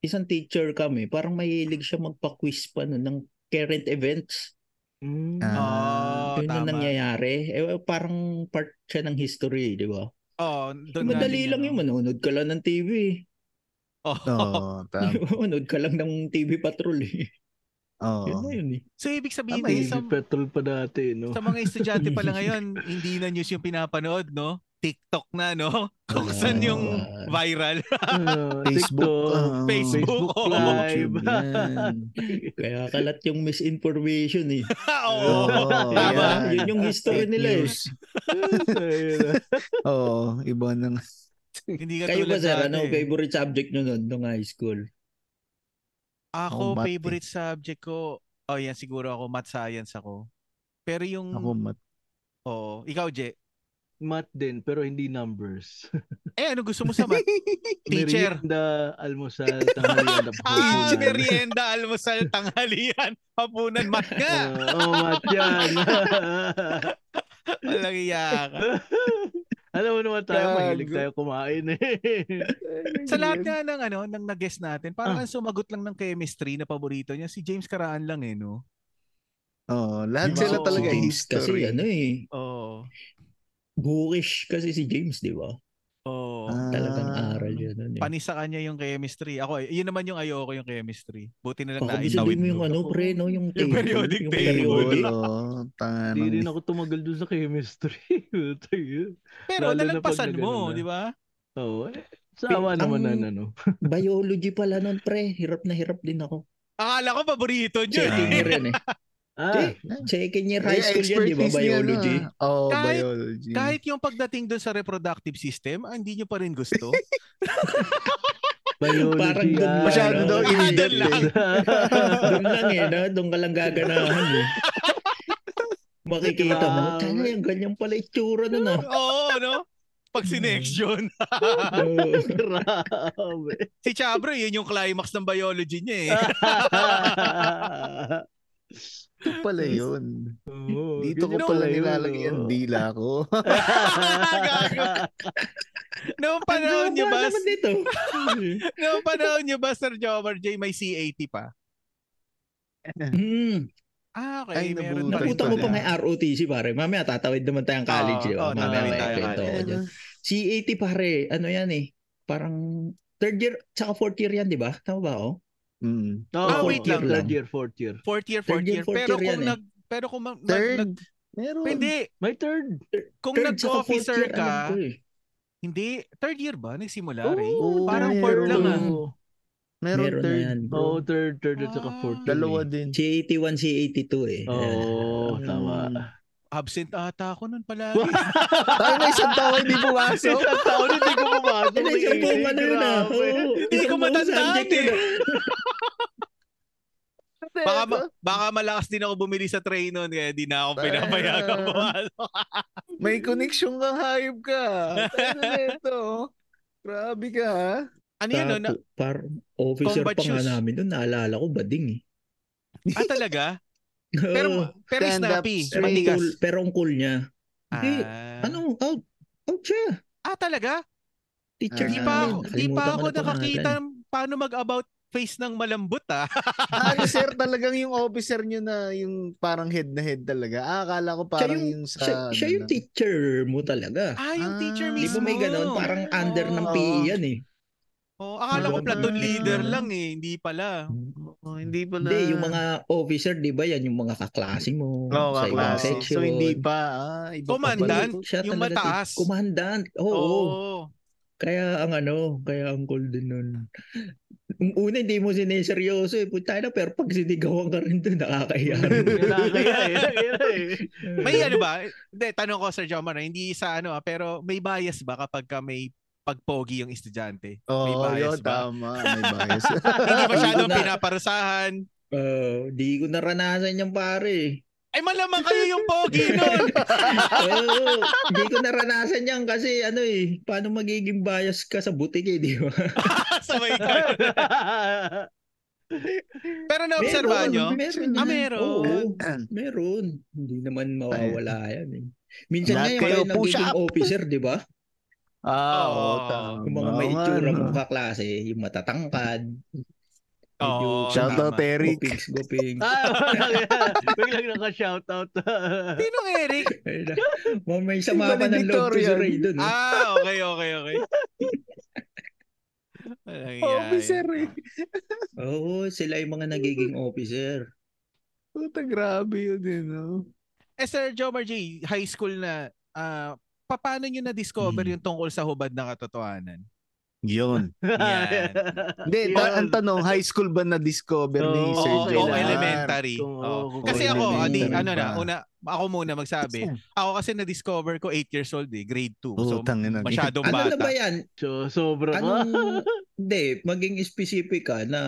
D: isang teacher kami, parang mahilig siya magpa-quiz pa nun ng current events.
B: Mm.
C: Ah.
A: Oh,
D: yun
A: tama.
D: ang nangyayari. Eh, parang part siya ng history, eh, di ba?
A: Oh, doon galing
D: Madali lang
A: yun,
D: yung manonood ka lang ng TV.
A: oh.
C: Oo,
A: Oh.
C: tama.
D: manonood ka lang ng TV Patrol eh. Yun
C: Oo.
D: na yun eh.
A: So, ibig sabihin,
C: Tama,
A: eh,
B: Easy
A: sa,
B: petrol pa dati, no?
A: sa mga estudyante pala ngayon, hindi na news yung pinapanood, no? TikTok na, no? Kung saan yung
D: Ah.
A: viral.
B: Ah,
C: Facebook. oo.
B: TikTok,
A: Facebook. Oo.
B: Live.
C: YouTube yan.
D: Kaya kalat yung misinformation eh. Diba?
A: Oo.
C: Oo,
A: Tama.
C: Oh, yan.
D: Yun yung history
C: Fake
D: nila eh.
C: news.
B: Ayun, ah.
C: Oo, iba ng
D: Hmm.
A: Hindi ka
D: Kayo ba
A: tulad
D: sir,
A: dati.
D: ano favorite subject nyo nun nung high school?
A: Ako,
C: Ako, math eh.
A: favorite subject ko, oh yan, siguro ako, math science ako. Pero yung,
C: ako mat.
A: oo, ikaw, Je,
B: math din, pero hindi numbers.
A: Eh, ano gusto mo sa math? Teacher.
B: Merienda, almusal, tanghalian,
A: Ah,
B: hapunan.
A: merienda, almusal, tanghalian, hapunan, math nga.
B: Oo, oh, math yan.
A: Walang iya ka.
B: Alam mo naman tayo, mahilig
C: Gago.
B: tayo kumain eh.
A: Sa lahat nga ng, ano, ng nag-guess natin, parang
B: Ah.
A: ang sumagot lang ng chemistry na paborito niya, si James Karaan lang eh, no?
C: Oh, lahat
B: Diba?
C: sila
B: Oo.
C: talaga
B: Si
C: history.
D: kasi ano eh,
A: Oo.
D: bookish kasi si James, di ba?
A: Oo.
C: Ah.
D: Talagang aral yun. Ano, eh.
A: Pani sa kanya yung chemistry. Ako, eh, yun naman yung ayoko yung chemistry. Buti na lang
D: Baka
A: naitawid
D: Oh, sabihin mo yung
A: ko.
D: ano, pre, no? Yung, table,
A: periodic
D: yung
A: table.
D: periodic.
C: Oh, tanga
B: Hindi rin
C: ng-
B: ako tumagal dun sa chemistry. Puta yun.
A: Pero
B: Lalo na
A: nalagpasan
B: pag na ganun
A: mo,
B: na.
A: di ba?
B: Oo. eh, Sama
D: Ang-
B: naman na ano.
D: Biology pala nun, pre. Hirap na hirap din ako.
A: Akala ko paborito niyo.
D: Second year yan eh.
B: Ah,
D: Second
C: Eh,
D: year high school yan, di ba?
C: expertise niya, ano,
D: Biology.
C: ah. Oo,
A: Kahit-
C: biology.
A: Kahit yung pagdating doon sa reproductive system, ah, hindi niyo pa rin gusto.
B: biology.
D: Parang dun
B: ah.
C: Masyado daw
A: Ah,
C: in-depth
A: doon lang.
D: Doon lang eh, no? doon ka lang gaganahan eh. Makikita mo,
B: Grabe.
D: kaya yung ganyan pala itsura nun ah.
A: Oo, no? Pag
D: Mm.
A: sineksyon.
D: Oo.
B: Grabe.
A: si Chabro, yun yung climax ng biology niya eh.
C: Ito pala yun.
A: Oh,
B: Oo,
C: Dito ko
B: ganyan
C: pala
B: yun,
C: nilalagay ang
B: oo.
C: dila ko.
A: Gago. Noong panahon niyo ba,
D: naman dito?
A: noong panahon niyo ba, Sir Jomar J, may C80 pa?
D: Hmm.
A: Ah,
C: Ay,
A: okay. meron
C: nabutan
A: pa rin
D: Naputa ko
A: pala.
D: pa kay ROTC pare. Mamaya tatawid naman tayong college,
A: Oo,
D: di ba?
A: oo,
D: Mamaya
A: tatawid
D: may
A: Oh, tayo
D: kwento
A: college.
D: ko dyan. C80 pare, ano yan eh. Parang third year, tsaka fourth year yan, di ba? Tama ba Oh. ako?
C: Mm.
B: Oo,
A: Ah, wait
B: third
A: lang.
B: Third year, fourth year.
A: Fourth year,
D: Third
A: fourth
D: year,
A: year.
D: fourth
A: Pero
D: year
A: kung
D: yan eh.
A: nag pero kung mag, mag-
C: Third?
A: nag-
C: Meron.
A: hindi,
B: May third.
A: kung
D: Third tsaka fourth
A: nag-officer
D: year,
A: ka,
D: alam ko eh.
A: hindi, third year ba nagsimula,
B: Oo,
A: Ray?
C: Oo,
A: parang
C: meron.
A: fourth lang Oh, ah.
B: Oo,
C: Meron,
D: Meron na
C: third.
D: yan, bro.
B: Oo, third, third at saka
A: Ah.
B: fourth. yun
C: Dalawa
B: eh.
C: din.
D: C81, C82 eh.
B: Oo,
C: Mm.
B: tama.
A: Absent ata ako nun palagi.
C: Tayo na isang taon hindi
B: Isang
C: pumasok.
B: taon hindi ko pumasok.
D: Ano isang buong ano yun ah.
B: Grabe.
D: Oo,
A: Hindi
D: isang
A: ko
D: buong
A: matandaan
D: subject yun
A: eh.
D: ah.
A: baka, ma- baka malakas din ako bumili sa train nun, kaya di na
D: Eh.
A: ako pinapayagang
C: Ah.
A: bumasok.
C: May connection kang hayop ka. Tayo na ito. Grabe ka ha.
A: Ano yun? No? Na-
D: Tapo, parang officer
A: Combat
D: pa nga
A: shoes.
D: namin doon. Naalala ko, bading eh.
A: ah, talaga? Pero, pero
C: Stand up
A: snappy,
C: straight.
D: pero, ang
A: matigas.
D: cool, pero ang cool niya. Hindi.
A: Ah.
D: Ano? Out. Out siya.
A: Ah, talaga?
D: Teacher
A: Di
D: namin.
A: pa ako, di pa
D: Ano?
A: ako
D: Nakalimutan ko na pangalan.
A: nakakita ng- paano mag-about face ng malambot ah.
C: Ano sir, talagang yung officer nyo na yung parang head na head talaga. Ah, akala ko
D: Siya
C: parang
D: yung,
C: yung sa...
D: siya, siya
C: ano
D: yung
C: lang.
D: teacher mo talaga.
A: Ah, yung
C: Ah.
A: teacher
D: Di
A: mismo.
D: ba may ganun? Parang under ng
A: Oo.
D: PE yan eh.
A: Oh, akala ko
D: Meron
A: platoon
C: na.
A: leader lang eh, hindi pala.
C: Oo, hindi pala.
D: Hindi, yung mga officer, di ba yan yung mga kaklase mo.
C: Oo,
D: sa ibang
C: kaklase. So
D: section.
C: hindi pa. Ah, iba pa
A: Commandant?
C: pala.
D: Siya
A: Yung
D: talaga,
A: mataas.
D: Commandant. Oo. Kaya ang ano, kaya ang cool din nun. Yung una, hindi mo sineseryoso eh. Puta na, pero pag sinigawan ka rin doon, nakakahiya.
B: Kaya eh.
A: May ano ba? Hindi, tanong ko Sir Jomar, hindi sa ano ah, pero may bias ba kapag ka may pagpogi yung estudyante? May
C: Oo,
A: bias
C: yun,
A: ba?
C: tama. May bias.
A: hindi masyadong
D: na.
A: pinaparusahan.
D: Oo, di Ah, ko naranasan yung pare.
A: Ay, malamang kayo yung pogi nun!
D: Oo, di ko naranasan yan kasi ano eh, paano magiging bias ka sa butik eh, di ba?
A: Sabay ka. Pero naobserbahan nyo,
D: Meron.
A: Ah,
D: yan.
A: meron.
D: Oo,
C: Ah.
D: meron. Hindi naman mawawala yan eh. Minsan
C: Lahat
D: nga yung
C: kayo,
D: kayo
C: push
D: nagiging
C: up!
D: officer, di ba?
C: ah, oo,
A: Oo.
C: tama.
D: Yung mga may
C: Oo nga,
D: itsura
C: no.
D: mong kaklase, yung matatangkad,
A: Oo,
C: Shout out
D: eh.
A: tama.
C: Eric.
D: Gopings, gopings.
B: Ah, biglang naka-shoutout.
A: Sinong Eric?
D: Ayun na. Mga May sama pa ng loob ko si
C: valedictorian.
D: Ray dun. eh.
A: Ah, okay, okay, okay. Walang
C: Officer eh.
D: Oo, sila yung mga nagiging officer.
C: Puta, grabe yun eh, no?
A: Eh, Sir Jomar J, high school na, ah, pa- paano nyo na-discover
D: Hmm.
A: yung tungkol sa hubad na katotohanan?
C: Yun. Hindi,
B: Yun.
C: ta- ang tanong, high school ba na-discover ni
B: Oo,
C: Sir
A: Oo,
B: okay
A: oh,
B: lang.
A: elementary.
B: Oo,
A: Oo.
B: kung
A: Kasi ako, adi,
D: elementary
A: ano
C: pa.
A: na, una, ako muna magsabi. Ako kasi na-discover ko 8 years old eh, grade 2.
C: Oh,
A: So,
C: tangin na.
A: masyadong
D: Ano na
A: bata.
D: ba yan?
B: So, sobra ka.
D: Anong, Hindi, maging specific ka na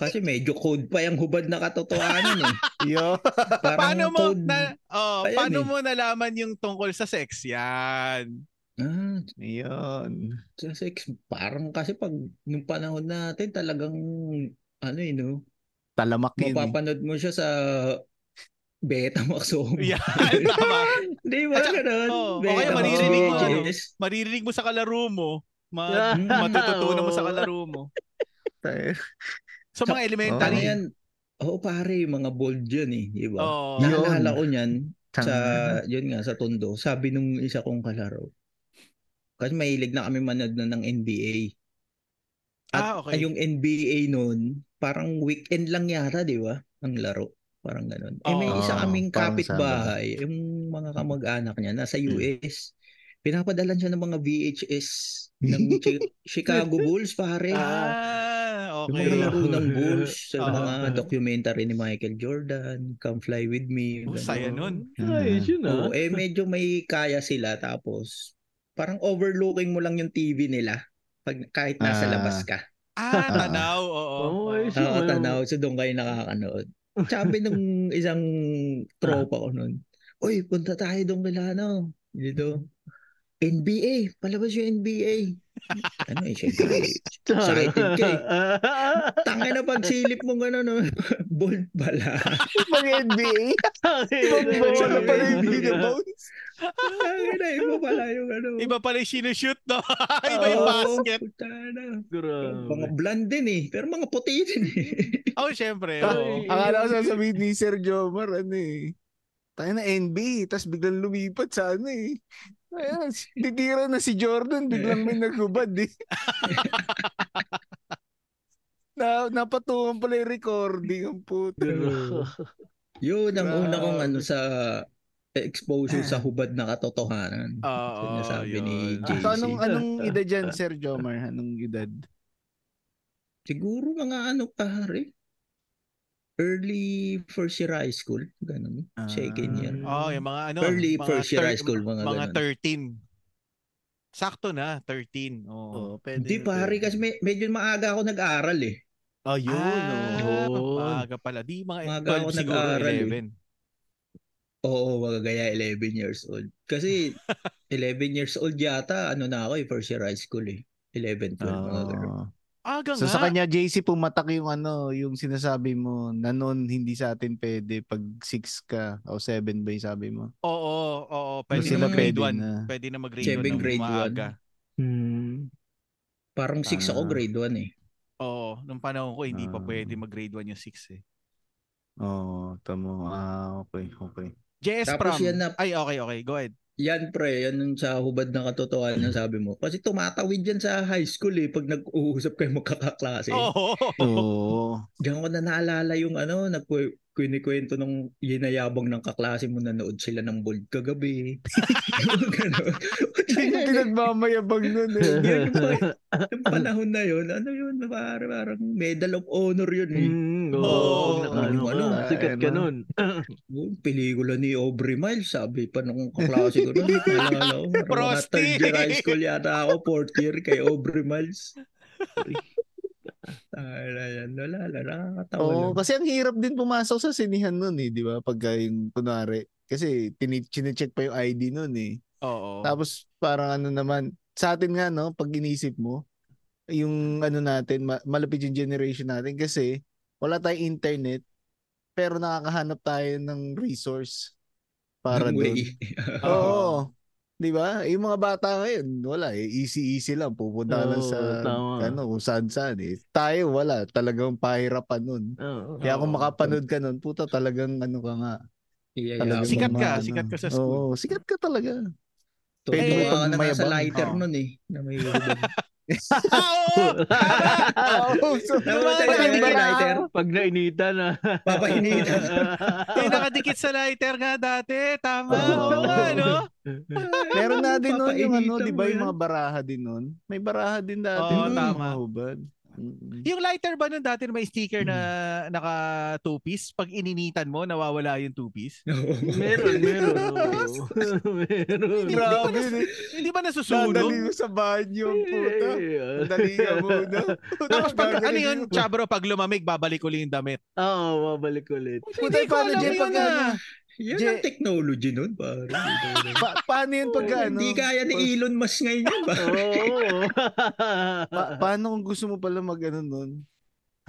D: kasi medyo code pa yung hubad na katotohanan eh.
C: Yo.
D: Parang
A: paano mo
D: code.
A: na oh,
D: Ayan
A: paano
D: eh.
A: mo nalaman yung tungkol sa sex? Yan.
D: Ah,
C: Yun.
D: sa sex, parang kasi pag nung panahon natin talagang ano eh no,
C: Talamak yun. eh.
D: mapapanood mo siya sa Betamax o
A: Yan, tama.
D: Hindi, mga
A: At-
D: ganun.
A: oo,
D: Betamax,
A: okay,
B: maririnig mo, ano?
D: VHS.
A: Maririnig mo sa kalaro mo, ma-
D: Hmm.
B: Ah,
A: matututunan mo sa
B: oo.
A: kalaro mo.
C: Tayo.
A: Sa mga
D: Tangina
A: elementary.
D: yan. Oo pare, mga bold yun eh, di ba?
A: Oh.
C: Yun.
D: Naalala ko niyan sa,
C: Tang-
D: yun nga, sa Tondo. Sabi nung isa kong kalaro. Kasi mahilig na kami manood na ng NBA.
A: Ah,
D: Ay,
A: okay.
D: Yung NBA noon, parang weekend lang yata, di ba? Ang laro. Parang ganun. Eh may
A: Oo,
D: isa kaming
C: parang
D: kapitbahay, yung mga kamag-anak niya, nasa US. Pinapadalan siya ng mga VHS ng Chi- Chicago Bulls, pare.
A: Ah,
D: Yung
A: okay.
D: mga laro ng Bulls, sa
A: Oo.
D: mga documentary ni Michael Jordan, Come Fly With Me.
A: Oh,
D: ganun.
A: saya nun.
B: Ayos yun ah.
D: Oo, eh medyo may kaya sila tapos parang overlooking mo lang yung TV nila pag kahit nasa
C: Ah.
D: labas ka.
A: Ah,
C: Ah.
A: tanaw. Oo.
D: Oh,
B: Oo, ayos yun.
D: Oo,
B: Walang-
D: tanaw. So doon kayo nakakanood. Sabi nung isang tropa ko noon, Uy, punta tayo doon kila ano. Dito. NBA. Palabas yung NBA. ano eh, syempre. Excited ka eh. Tangin na pagsilip mo gano'n. No? Bold pala.
C: Mag-NBA. Mag-bola
B: eh.
C: pala yung binabounce.
D: Tangin na, iba pala yung ano.
A: Iba pala yung sinushoot, no? Iba yung
D: Oo,
A: basket.
D: puta na. Mga
C: Oh,
B: Grabe.
D: blonde din eh. Pero mga puti din eh.
A: Oh, syempre.
B: Ay.
D: Ah.
A: oo.
C: Akala ko sasabihin ni Sir Jomar, ano eh. Tayo na NBA, tapos biglang lumipat sa ano eh. Ayan, titira na si Jordan, biglang may naghubad eh. na, napatuhan pala yung recording ang puto.
D: Yun ang una kong
C: Grabe.
D: ano sa exposure sa hubad na katotohanan.
A: Ah, Oo,
D: Sinasabi ni
A: yun.
C: Ah,
D: Jay.
C: So anong, anong edad dyan, Sir Jomar? Anong edad?
D: Siguro mga ano pare. Early first year high school. Ganun. Second year.
A: Oh, yung mga ano.
D: Early
A: mga
D: first year
A: thir-
D: high school, mga
A: Mga
D: ganun.
A: 13. Sakto na, 13. Oo.
C: Oh, pwede.
D: Hindi pare kasi may, medyo maaga ako nag-aral eh.
C: Oh, yun.
A: Ah,
B: oh.
A: maaga pala. Di, mga 12
D: Maaga ako
A: siguro,
D: nag-aaral
A: 11.
D: eh. Oo, mga gaya 11 years old. Kasi 11 years old yata, ano na ako eh, first year high school eh. 11, 12, mga ganun.
C: Oh.
A: Aga
C: So
A: nga.
C: sa kanya JC pumatak yung ano, yung sinasabi mo na noon hindi sa atin pwede pag 6 ka o 7 ba yung sabi mo?
A: Oo, oo. Pwede
C: Noon
A: na
C: sila
A: mag-grade
C: pwede
A: 1.
C: na.
A: Pwede na mag-grade 1
D: Seven
A: ng
D: grade
A: maaga.
B: Hmm.
D: Parang 6 ako
C: Ah.
D: grade 1 eh.
A: Oo, nung panahon ko, hindi pa
C: Ah.
A: pwede mag-grade 1 yung 6 eh.
C: Oo, tamo. Ah, okay, okay.
A: JS
D: Tapos
A: Pram.
D: yan na-
A: Ay, okay, okay. Go ahead.
D: Yan pre, yan yung sa hubad na katotohanan sabi mo. Kasi tumatawid yan sa high school eh pag nag-uusap kayo magkakaklase.
A: Oo.
C: Oo.
D: Diyan ko na naalala yung ano, nagku- kunikwento ng yinayabang ng kaklase mo nanood sila ng bold kagabi. Yung ganun.
C: Hindi pinagmamayabang nun eh.
D: Yun yung, pa- yung panahon na yun, ano yun, parang, parang medal of honor yun eh.
B: Hmm,
A: Oo.
B: oo. Nakaano ka,
D: Ano,
B: sikat ka
C: ano.
B: nun.
D: Yung pelikula ni Aubrey Miles, sabi pa nung kaklase ko. Hindi, naalala ko. Parang mga
A: Frosty.
D: third year high school yata ako, fourth year kay Aubrey Miles. Tala yan, wala lang, nakakatawa
C: Oo,
D: lang.
C: kasi ang hirap din pumasok sa sinihan nun eh, di ba? Pagka yung kunwari, kasi tini- chinecheck pa yung ID nun eh.
A: Oo.
C: Tapos parang ano naman, sa atin nga no, pag inisip mo, yung ano natin, ma- malapit yung generation natin kasi wala tayong internet pero nakakahanap tayo ng resource para
D: Ang way.
C: doon. Oo. 'Di ba? Yung mga bata ngayon, wala eh. Easy-easy lang pupunta ka lang
B: Oo,
C: sa
B: tama.
C: ano, kung saan-saan eh. Tayo wala, talagang pahirapan nun.
B: Oo.
C: Kaya kung
A: Oo.
C: makapanood ka nun, puta talagang ano ka nga.
D: Iyayabang.
C: Talagang
A: Sikat ka,
C: ano.
A: sikat ka sa school.
C: Oo, sikat ka talaga.
D: Totoo
C: Pwede
A: mo
D: ka
C: pang
D: na nasa
C: mayabang.
D: lighter
A: Oo.
D: nun eh. Na may hubad.
A: Ah, oo!
C: Ah, Oo, so,
D: Tama,
A: Yung mga
D: tayo
A: nakadikit-
D: may lighter.
B: Pag nainitan na.
D: Papahinitan.
A: Yung nakadikit sa lighter nga dati. Tama. Oo nga, no?
C: Meron na din nun yung ano,
D: Papainitan
C: di ba
D: mo
C: yung
D: yan.
C: mga baraha din nun? May baraha din dati.
A: Oo,
C: nun,
A: tama.
C: mga hubad. Mm.
A: Yung lighter ba nun dati na may sticker na naka two-piece? Pag ininitan mo, nawawala yung two-piece?
B: Meron, meron. meron.
A: Hindi, hindi, ba
C: Grabe,
A: nas- hindi ba nasusunog?
C: Dadali mo sa banyo, puta.
B: Eh,
C: Dadali ka muna.
A: Tapos pag, ano
C: Gagaling
A: yun,
C: mo.
A: Chabro, pag lumamig, babalik uli yung damit.
B: Oo, babalik ulit.
C: Puta,
A: Hindi ko
C: paano
A: alam
C: dyan
A: yun
C: pag
A: ah.
D: Yan
C: Je-
D: ang technology nun, pare.
C: Pa- paano yun pag ano?
D: Hindi kaya ni
C: pag-
D: Elon Musk ngayon yan, pare.
B: Oo.
A: Ah,
C: pa- paano kung gusto mo pala mag ano nun?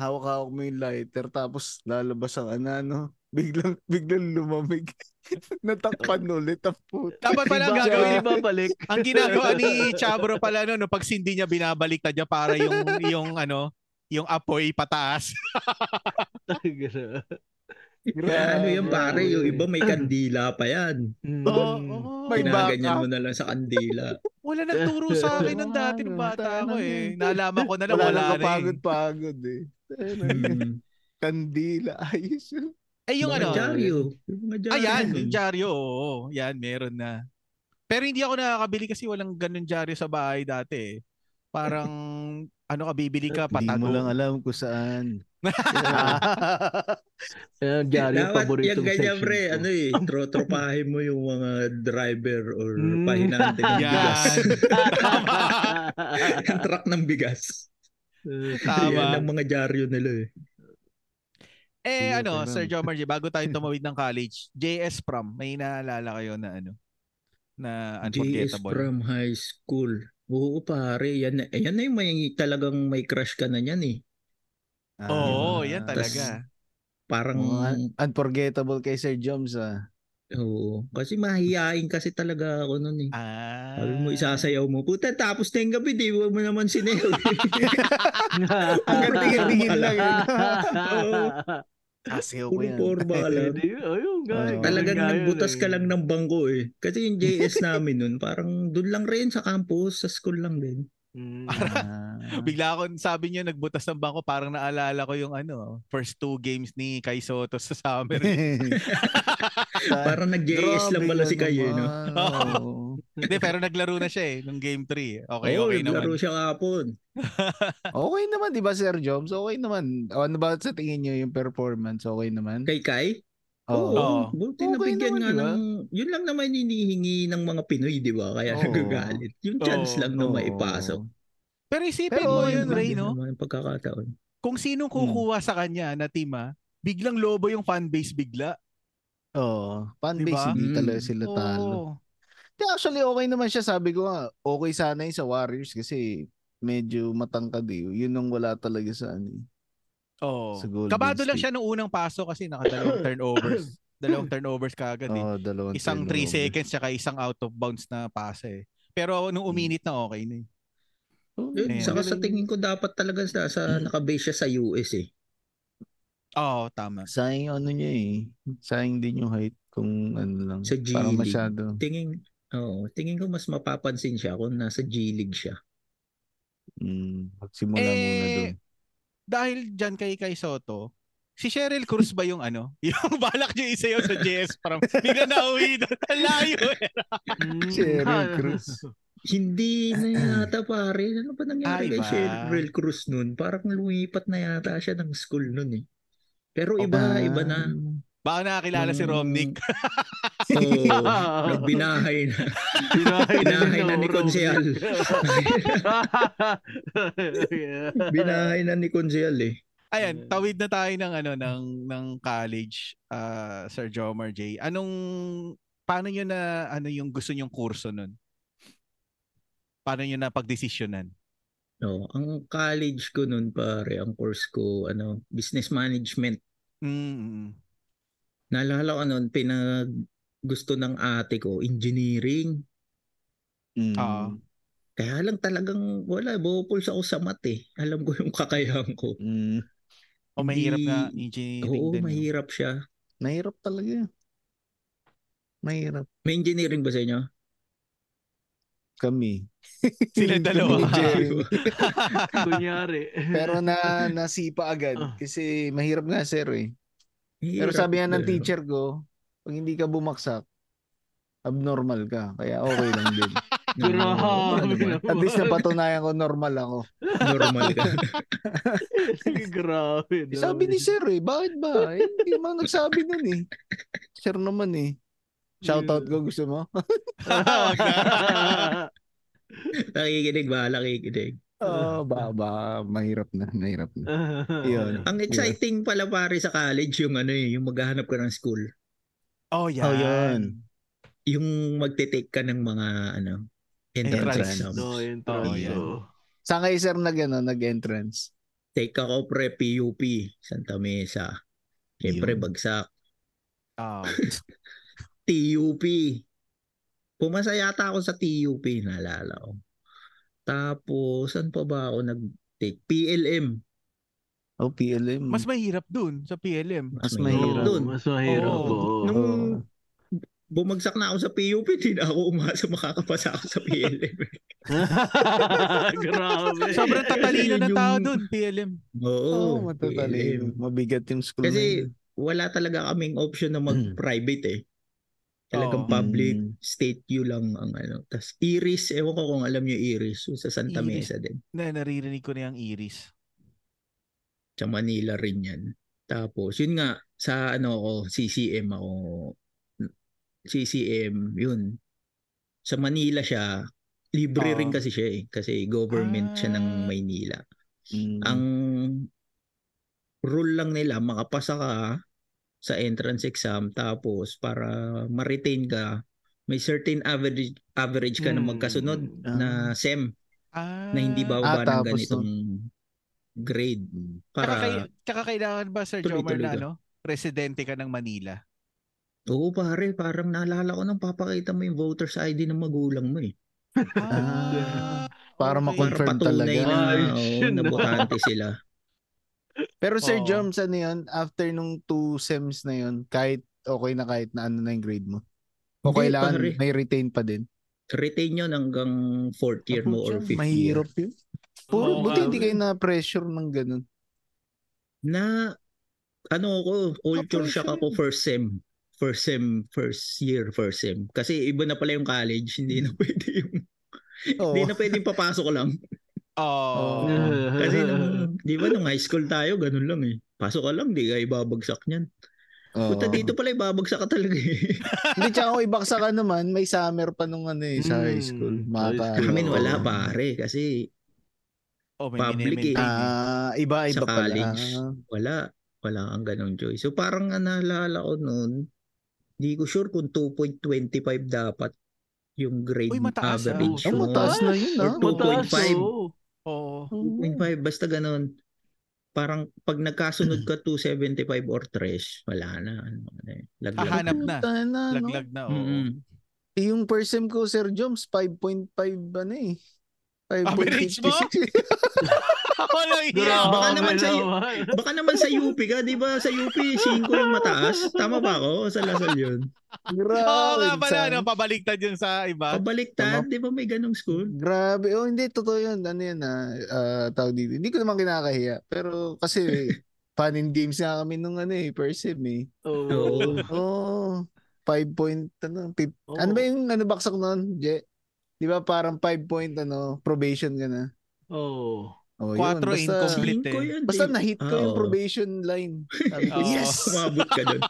C: Hawak-hawak mo yung lighter tapos lalabas ang ano, ano? Biglang, biglang lumamig. Natakpan ulit ang puta.
A: Dapat pala ang
C: Diba?
A: gagawin.
B: Hindi babalik.
A: Ang ginagawa ni Chabro pala no, no pag sindi niya binabaliktad niya para yung yung ano, yung apoy pataas.
D: Kaya ano yan, pare. Yung
C: Grabe.
D: iba
B: Ah.
D: may kandila pa yan.
C: Oo,
D: Mm.
C: may
D: Ginaganyan
C: backup.
D: mo na lang sa kandila.
A: Wala nagturo sa akin ng dati ng bata ako eh. Nalaman ko na lang
C: Wala
A: wala,
C: lang
A: na eh.
C: kapagod-pagod eh.
D: Mm.
C: Kandila, ayos yun.
A: Ay yung
D: mga
A: ano,
D: dyaryo. Yung mga dyaryo.
A: ayan,
D: nun.
A: yung dyaryo. Oo, yan meron na. Pero hindi ako nakakabili kasi walang ganun dyaryo sa bahay dati eh. Parang ano ka bibili ka
C: Hindi mo
A: patago.
C: lang alam kung saan.
B: Yan ang diary yung
D: Dapat
B: paboritong
D: yung ganyan,
B: section
D: pre,
B: ko.
D: ano eh, trotropahin mo yung mga driver or
B: Mm.
D: pahinante ng
A: Yan.
D: bigas. yung truck ng bigas.
A: Tama.
D: Yan ang mga dyaryo nila eh.
A: Eh
C: Hindi
A: ano,
C: ko alam.
A: Sir Jomar G, bago tayo tumawid ng college, JS prom, may naalala kayo na ano na
D: JS
A: unforgettable.
D: from high school. Oo pare, yan na, yan na yung may, talagang may crush ka na yan eh.
A: Oo,
C: Ah,
A: yan
D: tas-
A: talaga.
D: Parang,
C: Mga unforgettable kay Sir Joms ah.
D: oo. Kasi mahihain kasi talaga ako nun eh.
A: Ah.
D: Sabi mo, isasayaw mo. Puta, tapos na yung gabi, di mo mo naman sinayaw.
C: Ang gantingin-tingin lang yun. Kasi
D: Puro porba ka lang.
B: Ayun,
C: Oo.
D: Talagang nagbutas ka lang ng bangko eh. Kasi yung JS namin nun, parang doon lang rin sa campus, sa school lang din.
B: Mm.
C: Ah.
A: Bigla ako, sabi niya, nagbutas ng bangko, parang naalala ko yung ano, first two games ni Kai Soto sa summer.
D: Parang nag-JS lang pala si Kayo, no?
A: Hindi, pero naglaro na siya eh, nung game 3. Okay,
D: Oo,
A: okay naman.
D: naglaro siya kahapon.
C: okay naman, di ba Sir Joms? Okay naman. O, Ano ba sa tingin niyo yung performance? Okay naman?
D: Kay Kai?
C: Oo.
A: Oo.
D: Buti
C: Okay
D: nabigyan
C: naman,
D: nga
C: di ba?
D: ng... Yun lang naman hinihingi ng mga Pinoy, di ba? Kaya
C: Oo.
D: nagagalit. Yung chance
A: Oo,
D: lang na
C: Oo.
D: ano, maipasok.
A: Pero isipin mo
C: Pero
A: yun,
C: yun,
A: Ray,
D: Bigyan
A: no?
D: naman ang pagkakataon.
A: Kung sinong kukuha sa kanya na team, ah, biglang lobo yung fanbase bigla.
C: Oo. Fanbase,
A: Diba?
C: hindi
D: Mm.
C: talaga sila talo.
A: Oo.
C: Di, actually, okay naman siya. Sabi ko nga, okay sana yung sa Warriors kasi medyo matangkad eh. Yun ang wala talaga sa ano. eh.
A: Oo.
C: Sa Golden
A: Kabado lang
C: State.
A: siya nung unang paso kasi nakadalawang turnovers. dalawang turnovers kagad eh.
C: Oo, dalawang
A: Isang 3
C: turnover.
A: seconds tsaka isang out of bounds na pasa eh. Pero nung uminit na okay na eh.
C: Oo,
D: Yun,
A: Ayan. Hmm.
D: saka sa tingin ko dapat talaga sa, sa nakabase siya sa US eh.
A: Oo, tama.
C: Sayang yung ano niya eh. Sayang din yung height kung ano lang.
D: Sa G E
C: Parang
D: League.
C: masyado.
D: Tingin, oh, tingin ko mas mapapansin siya kung nasa G League siya.
C: Mm, magsimula muna
A: Eh,
C: doon.
A: Dahil dyan kay Kay Soto, si Cheryl Cruz ba yung ano? Yung balak niya isayaw sa JS Prom. Bigla na uwi doon. Ang layo eh.
C: Cheryl
B: Mm.
C: Cruz.
D: Hindi na yata pare. Ano ba nangyari
A: Ah. Ay,
D: kay
A: ba?
D: Cheryl Cruz nun? Parang lumipat na yata siya ng school nun eh. Pero
C: Ah,
D: iba, iba na.
A: Baka nakakilala si
D: Nung-
A: Romnick.
D: Oo. Nagbinahay na. Binahay na ni ah. Consial. Binahay na ni Consial eh.
A: Ayan,
B: Yeah.
A: tawid na tayo ng ano ng ng college ah, Sir Jomar J. Anong paano niyo na ano yung gusto niyong kurso nun? Paano niyo na pagdesisyonan?
D: No, ang college ko nun pare, ang course ko ano, business management.
A: Mm.
D: Naalala ko noon pinag gusto ng ate ko engineering.
C: Mm.
A: Oo.
D: Kaya lang talagang wala, bupulsa ako sa mat eh. Alam ko yung kakayahan ko.
C: Mm.
A: O mahirap
D: Hindi-
A: nga engineering din.
D: Oo,
A: eh. no?
D: mahirap siya.
C: Mahirap talaga. Mahirap.
D: May engineering ba sa inyo?
C: Kami.
A: Sila dalawa.
C: Kami ni Jerry.
B: Kunyari.
C: Pero na nasipa agad
B: Ah.
C: kasi mahirap nga sir eh. Pero
D: Mahirap,
C: sabi nga ng
D: pero-
C: teacher ko, pag hindi ka bumaksak, abnormal ka. Kaya okay lang din.
B: Grabe naman.
C: At least napatunayan ko normal ako.
D: normal ka.
B: Grabe naman.
C: Sabi ni Sir eh, bakit ba? Eh, Hindi naman nagsabi nun eh. Sir naman eh. Shoutout ko gusto mo?
D: Nakikinig ba? Nakikinig.
C: Oo, Ah, ba, ba, mahirap na, mahirap na.
B: Ah.
C: Yun.
D: Ang exciting pala pare sa college yung ano eh, yung maghahanap ka ng school.
A: Oh, yan.
C: Oh, yun.
D: Yung magte-take ka ng mga ano, entrance
A: Entrance.
D: exam.
B: No, yun to.
A: Oh, yan.
B: So,
C: Saan kayo sir nag, ano, nag-entrance?
D: Take ako pre PUP, Santa Mesa. Siyempre bagsak.
A: Oh.
D: TUP. Pumasa yata ako sa TUP, naalala ko. Tapos, saan pa ba ako nag-take? PLM.
C: Oh, PLM.
A: Mas mahirap dun sa PLM.
C: Mas
B: oo,
C: mahirap.
D: doon.
B: Mas mahirap.
A: Oo.
B: oo.
D: Nung bumagsak na ako sa PUP, hindi na ako umasa makakapasa ako sa PLM.
B: Grabe.
A: Sobrang tatalino ng tao
D: Yung-
A: dun, PLM.
D: Oo,
C: Oo, Oh, matatalino.
D: PLM.
C: Mabigat yung school na yun.
D: Kasi wala talaga kaming option na mag-private eh. Talagang
A: Oo.
D: public,
C: Mm.
D: state you lang ang ano. Tapos Iris, ewan ko kung alam niyo Iris, yung sa Santa
A: Iris.
D: Mesa din.
A: Na, naririnig ko na yung iris.
D: Sa Manila rin yan. Tapos yun nga, sa ano ako, CCM ako. CCM, yun. Sa Manila siya, libre
A: Oo.
D: rin kasi siya eh. Kasi government siya ng
A: Ah.
D: Maynila.
C: Mm.
D: Ang rule lang nila, makapasa ka sa entrance exam tapos para ma-retain ka, may certain average average ka na
B: Hmm.
D: magkasunod
C: Ah.
D: na SEM
A: Ah.
D: na hindi
C: Ah,
D: bababa ng
C: tapos
D: ganitong grade para
A: Tsaka, kay- tsaka kailangan ba, Sir Jomar,
D: Tuloy-tuloy
A: na
D: ka.
A: ano? Residente ka ng Manila.
D: Oo pare, parang naalala ko nang papakita mo yung voter's ID ng magulang mo eh.
A: Ah,
C: Para
A: okay.
D: Para
C: ma-confirm
D: patunay
C: talaga.
D: na,
B: Ay,
D: oo,
B: shit,
D: na
B: no?
D: botante sila.
C: Pero Sir
A: Oo.
C: Joms, ano yun? After nung two sems na yun, kahit okay na kahit na ano na yung grade mo. O
D: Hindi,
C: kailangan
D: pare.
C: may retain pa din.
D: Retain yun hanggang fourth year mo or fifth year.
C: Mahirap yun. Puro,
B: Oo,
A: ah,
C: buti hindi
B: grabe.
C: kayo na-pressure ng ganun.
D: na ano ako, culture shock
C: pressure
D: ako first sem. First sem, first year, first sem. Kasi iba na pala yung college, hindi na pwede yung
C: Hmm. Oo.
D: hindi na pwedeng papasok lang.
A: Oh.
C: Oo.
D: Kasi nung, di ba nung high school tayo, ganun lang eh. Pasok ka lang, di ka ibabagsak niyan. Puta dito pala, ibabagsak ka talaga eh.
C: Hindi, tsaka kung ibaksa ka naman, may summer pa nung ano eh, sa
A: Hmm,
C: high
B: Mm,
C: school.
B: high
C: Maka,
B: school.
D: Amin wala pare, kasi
A: Oh, may minementate
D: Public eh.
A: eh.
C: Ah, iba-iba
D: Sa
C: pala.
D: college.
C: Ah,
D: wala. Wala kang ganun joy. So parang nga naalala ko noon, di ko sure kung 2.25 dapat yung grade
A: Uy, mataas, ah.
D: average.
C: Ang
D: mo.
C: mataas na yun, ah.
D: Or two
B: Mataas,
D: 2.5.
B: oo.
A: Oo.
D: 2.5, basta ganun. Parang pag nagkasunod ka 275 or 3, wala na. Ano, ano, eh. laglag.
A: Hahanap. Ah, Hanap na.
C: Puta na, no?
A: Laglag na. Oo.
D: Ano? Mm-mm.
C: Eh, Yung per sem ko, Sir Joms, 5.5 ano eh.
A: Average mo?
C: 5.56.
A: Ako lang
B: Grabe
D: Baka naman sa'yo-
B: naman.
D: Baka naman sa UP ka, di ba? Sa UP, 5 yung mataas. Tama ba ako? O Sa Lasal yun.
C: Grabe.
A: Oo nga pala, ano?
C: Sana.
A: no, pabaliktad yun sa iba.
D: Pabaliktad, di ba may ganong school?
C: Grabe. Oh, hindi. Totoo yun. Ano yun ah. ah, tawag dito. Hindi ko naman kinakahiya. Pero kasi fun and games nga kami nung ano eh. Per sem eh.
D: Oo.
C: Oh. 5 point ano. Pip,
A: Oh.
B: Oo.
C: Ano ba yung ano baksak nun? Je? Di ba parang 5 point ano. Probation ka na.
B: Oo.
C: Oh, yun.
A: 4
C: Basta,
A: incomplete.
D: 5 yun.
C: basta na-hit ko
D: Ah,
C: yung
D: oo. Oh,
C: probation line. Sabi ko,
A: Oo.
C: yes!
D: Umabot ka dun.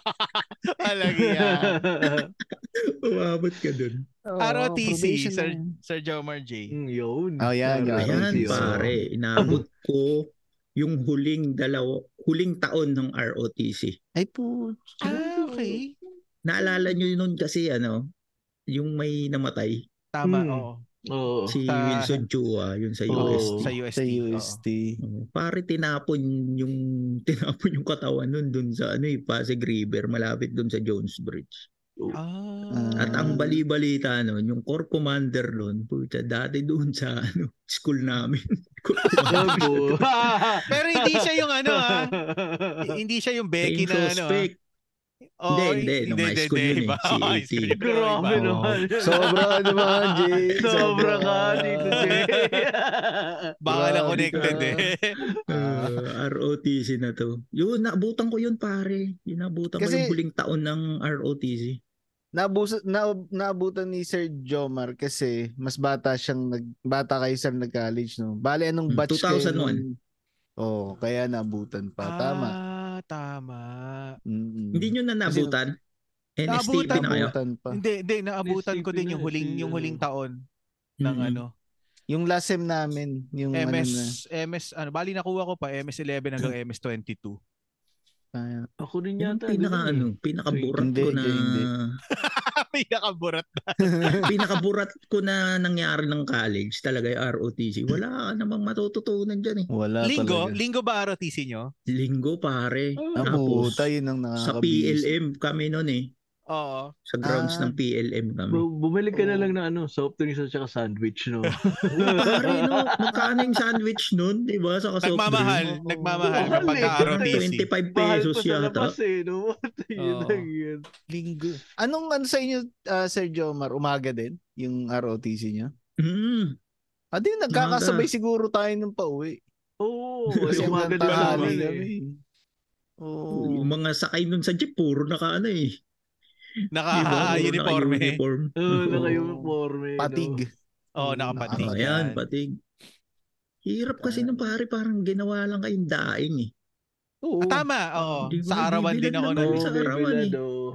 A: Talaga yan.
D: ah. Umabot ka dun.
C: Oh,
A: ROTC,
C: probation
A: sir.
C: line.
A: Sir Jomar J.
B: Mm, Yun.
C: Oh, yan, yan.
B: Grabe
D: Ayan,
A: oh.
C: ROTC.
D: pare. Inabot ko yung huling dalaw huling taon ng ROTC.
C: Ay po.
A: Ah, okay.
D: Naalala nyo noon kasi ano, yung may namatay,
A: Tama,
B: Hmm.
A: oo.
B: Oo.
D: si
A: Sa-
D: Wilson Chua, yun sa
A: Oo,
D: UST.
A: Sa UST.
C: Sa
A: oo.
C: UST.
D: Oo. Pare tinapon yung tinapon yung katawan nun dun sa ano eh, Pasig River, malapit dun sa Jones Bridge.
A: Ah.
D: At ang bali-balita nun, yung corps commander nun, puta, dati dun sa ano, school namin. Corps commander.
B: Sabo.
A: oh. Pero hindi siya yung ano ah. Hindi siya yung Becky
D: Becky
A: na ano. ah.
D: suspect.
A: Oo,
D: Hindi, hindi. Nung high school yun eh,
A: iba.
D: si
A: Oo, high
D: AT.
A: school yun,
B: oh. Grabe
A: iba.
B: naman.
C: Sobra ano ba, Jay?
B: Sobra ka dito, Jay.
A: Baka na
C: Grabe
A: connected
C: ka.
A: eh.
C: Ah.
D: Uh, ROTC na to. Yun, naabutan ko yun pare. Yun, naabutan
C: Kasi-
D: ko yung huling taon ng ROTC.
C: Naabuso, na, naabutan ni Sir Jomar kasi mas bata siyang nag, bata kayo sir nag-college no. Bale anong
D: Hmm,
C: batch kayo?
D: 2001.
C: Oh, kaya naabutan pa. Tama.
A: Ah, tama.
C: Mm-mm.
D: Hindi nyo na
C: Hmm. Kasi-
D: nabutan? NSTP
A: Naabutan
D: na kayo?
C: Naabutan pa.
A: Hindi, hindi naabutan ko din yung huling yung huling taon ng
D: Mm.
A: ano,
C: Yung last sem namin, yung ano
A: MS MS ano, bali nakuha ko pa MS11 hanggang MS22.
C: na, ah,
B: Ako rin
D: Yung
B: yata.
D: pinaka
B: ganun eh.
D: ano, pinakaburat
C: Hindi,
D: ko na
C: hindi,
A: Pinakaburat.
D: pinakaburat ko na nangyari ng college talaga yung ROTC. Wala ka namang matututunan diyan eh.
C: wala
A: Linggo,
C: Ah, talaga.
A: linggo ba ROTC nyo?
D: Linggo pare.
C: Ah,
D: Tapos,
C: puta, yun ang
D: sa
C: nakakabilis.
D: PLM kami noon eh.
A: Oo.
D: Sa grounds
C: Ah.
D: ng PLM kami.
B: Bro, bumalik ka na lang na ano, soft drinks at saka sandwich, no?
D: Pare no, magkano yung sandwich noon, 'di ba? Sa soft
A: Nagmamahal,
D: drink.
A: nagmamahal
B: Mahal
A: kapag
B: eh.
A: ka ROTC.
D: 25
B: Mahal
D: pesos
B: pa sa
D: yata.
B: labas eh, no? Yun
A: Oo.
B: lang yun.
C: Linggo. Anong ano sa inyo, ah, Sir Jomar? Umaga din? Yung ROTC niya?
D: Mm.
C: Ah, di, nagkakasabay siguro tayo ng pauwi.
B: Oo,
C: Kasi
B: yung
C: hanggang
B: umaga din
C: tanghali
B: naman
C: kami.
B: eh.
C: Oo.
D: Yung mga sakay nun sa jeep, puro naka ano eh.
A: Ah,
D: Di ba? Puro
A: Naka-uniforme.
D: naka-uniform.
B: Oo,
D: Oo.
B: naka-uniform eh, no?
C: Patig.
A: Oo,
D: Patig
A: nakapatig.
D: oh,
A: yan.
D: yan, patig. Hirap kasi nung pare, parang ginawa lang kayong daing eh.
C: Oo.
A: Ah, tama, oo.
D: Hindi ko
A: Sa arawan din
D: nabibilan
A: ako
D: naman
A: nun.
D: yun.
B: Oo,
D: sa
B: may
D: arawan
B: bilad,
D: eh.
B: oo.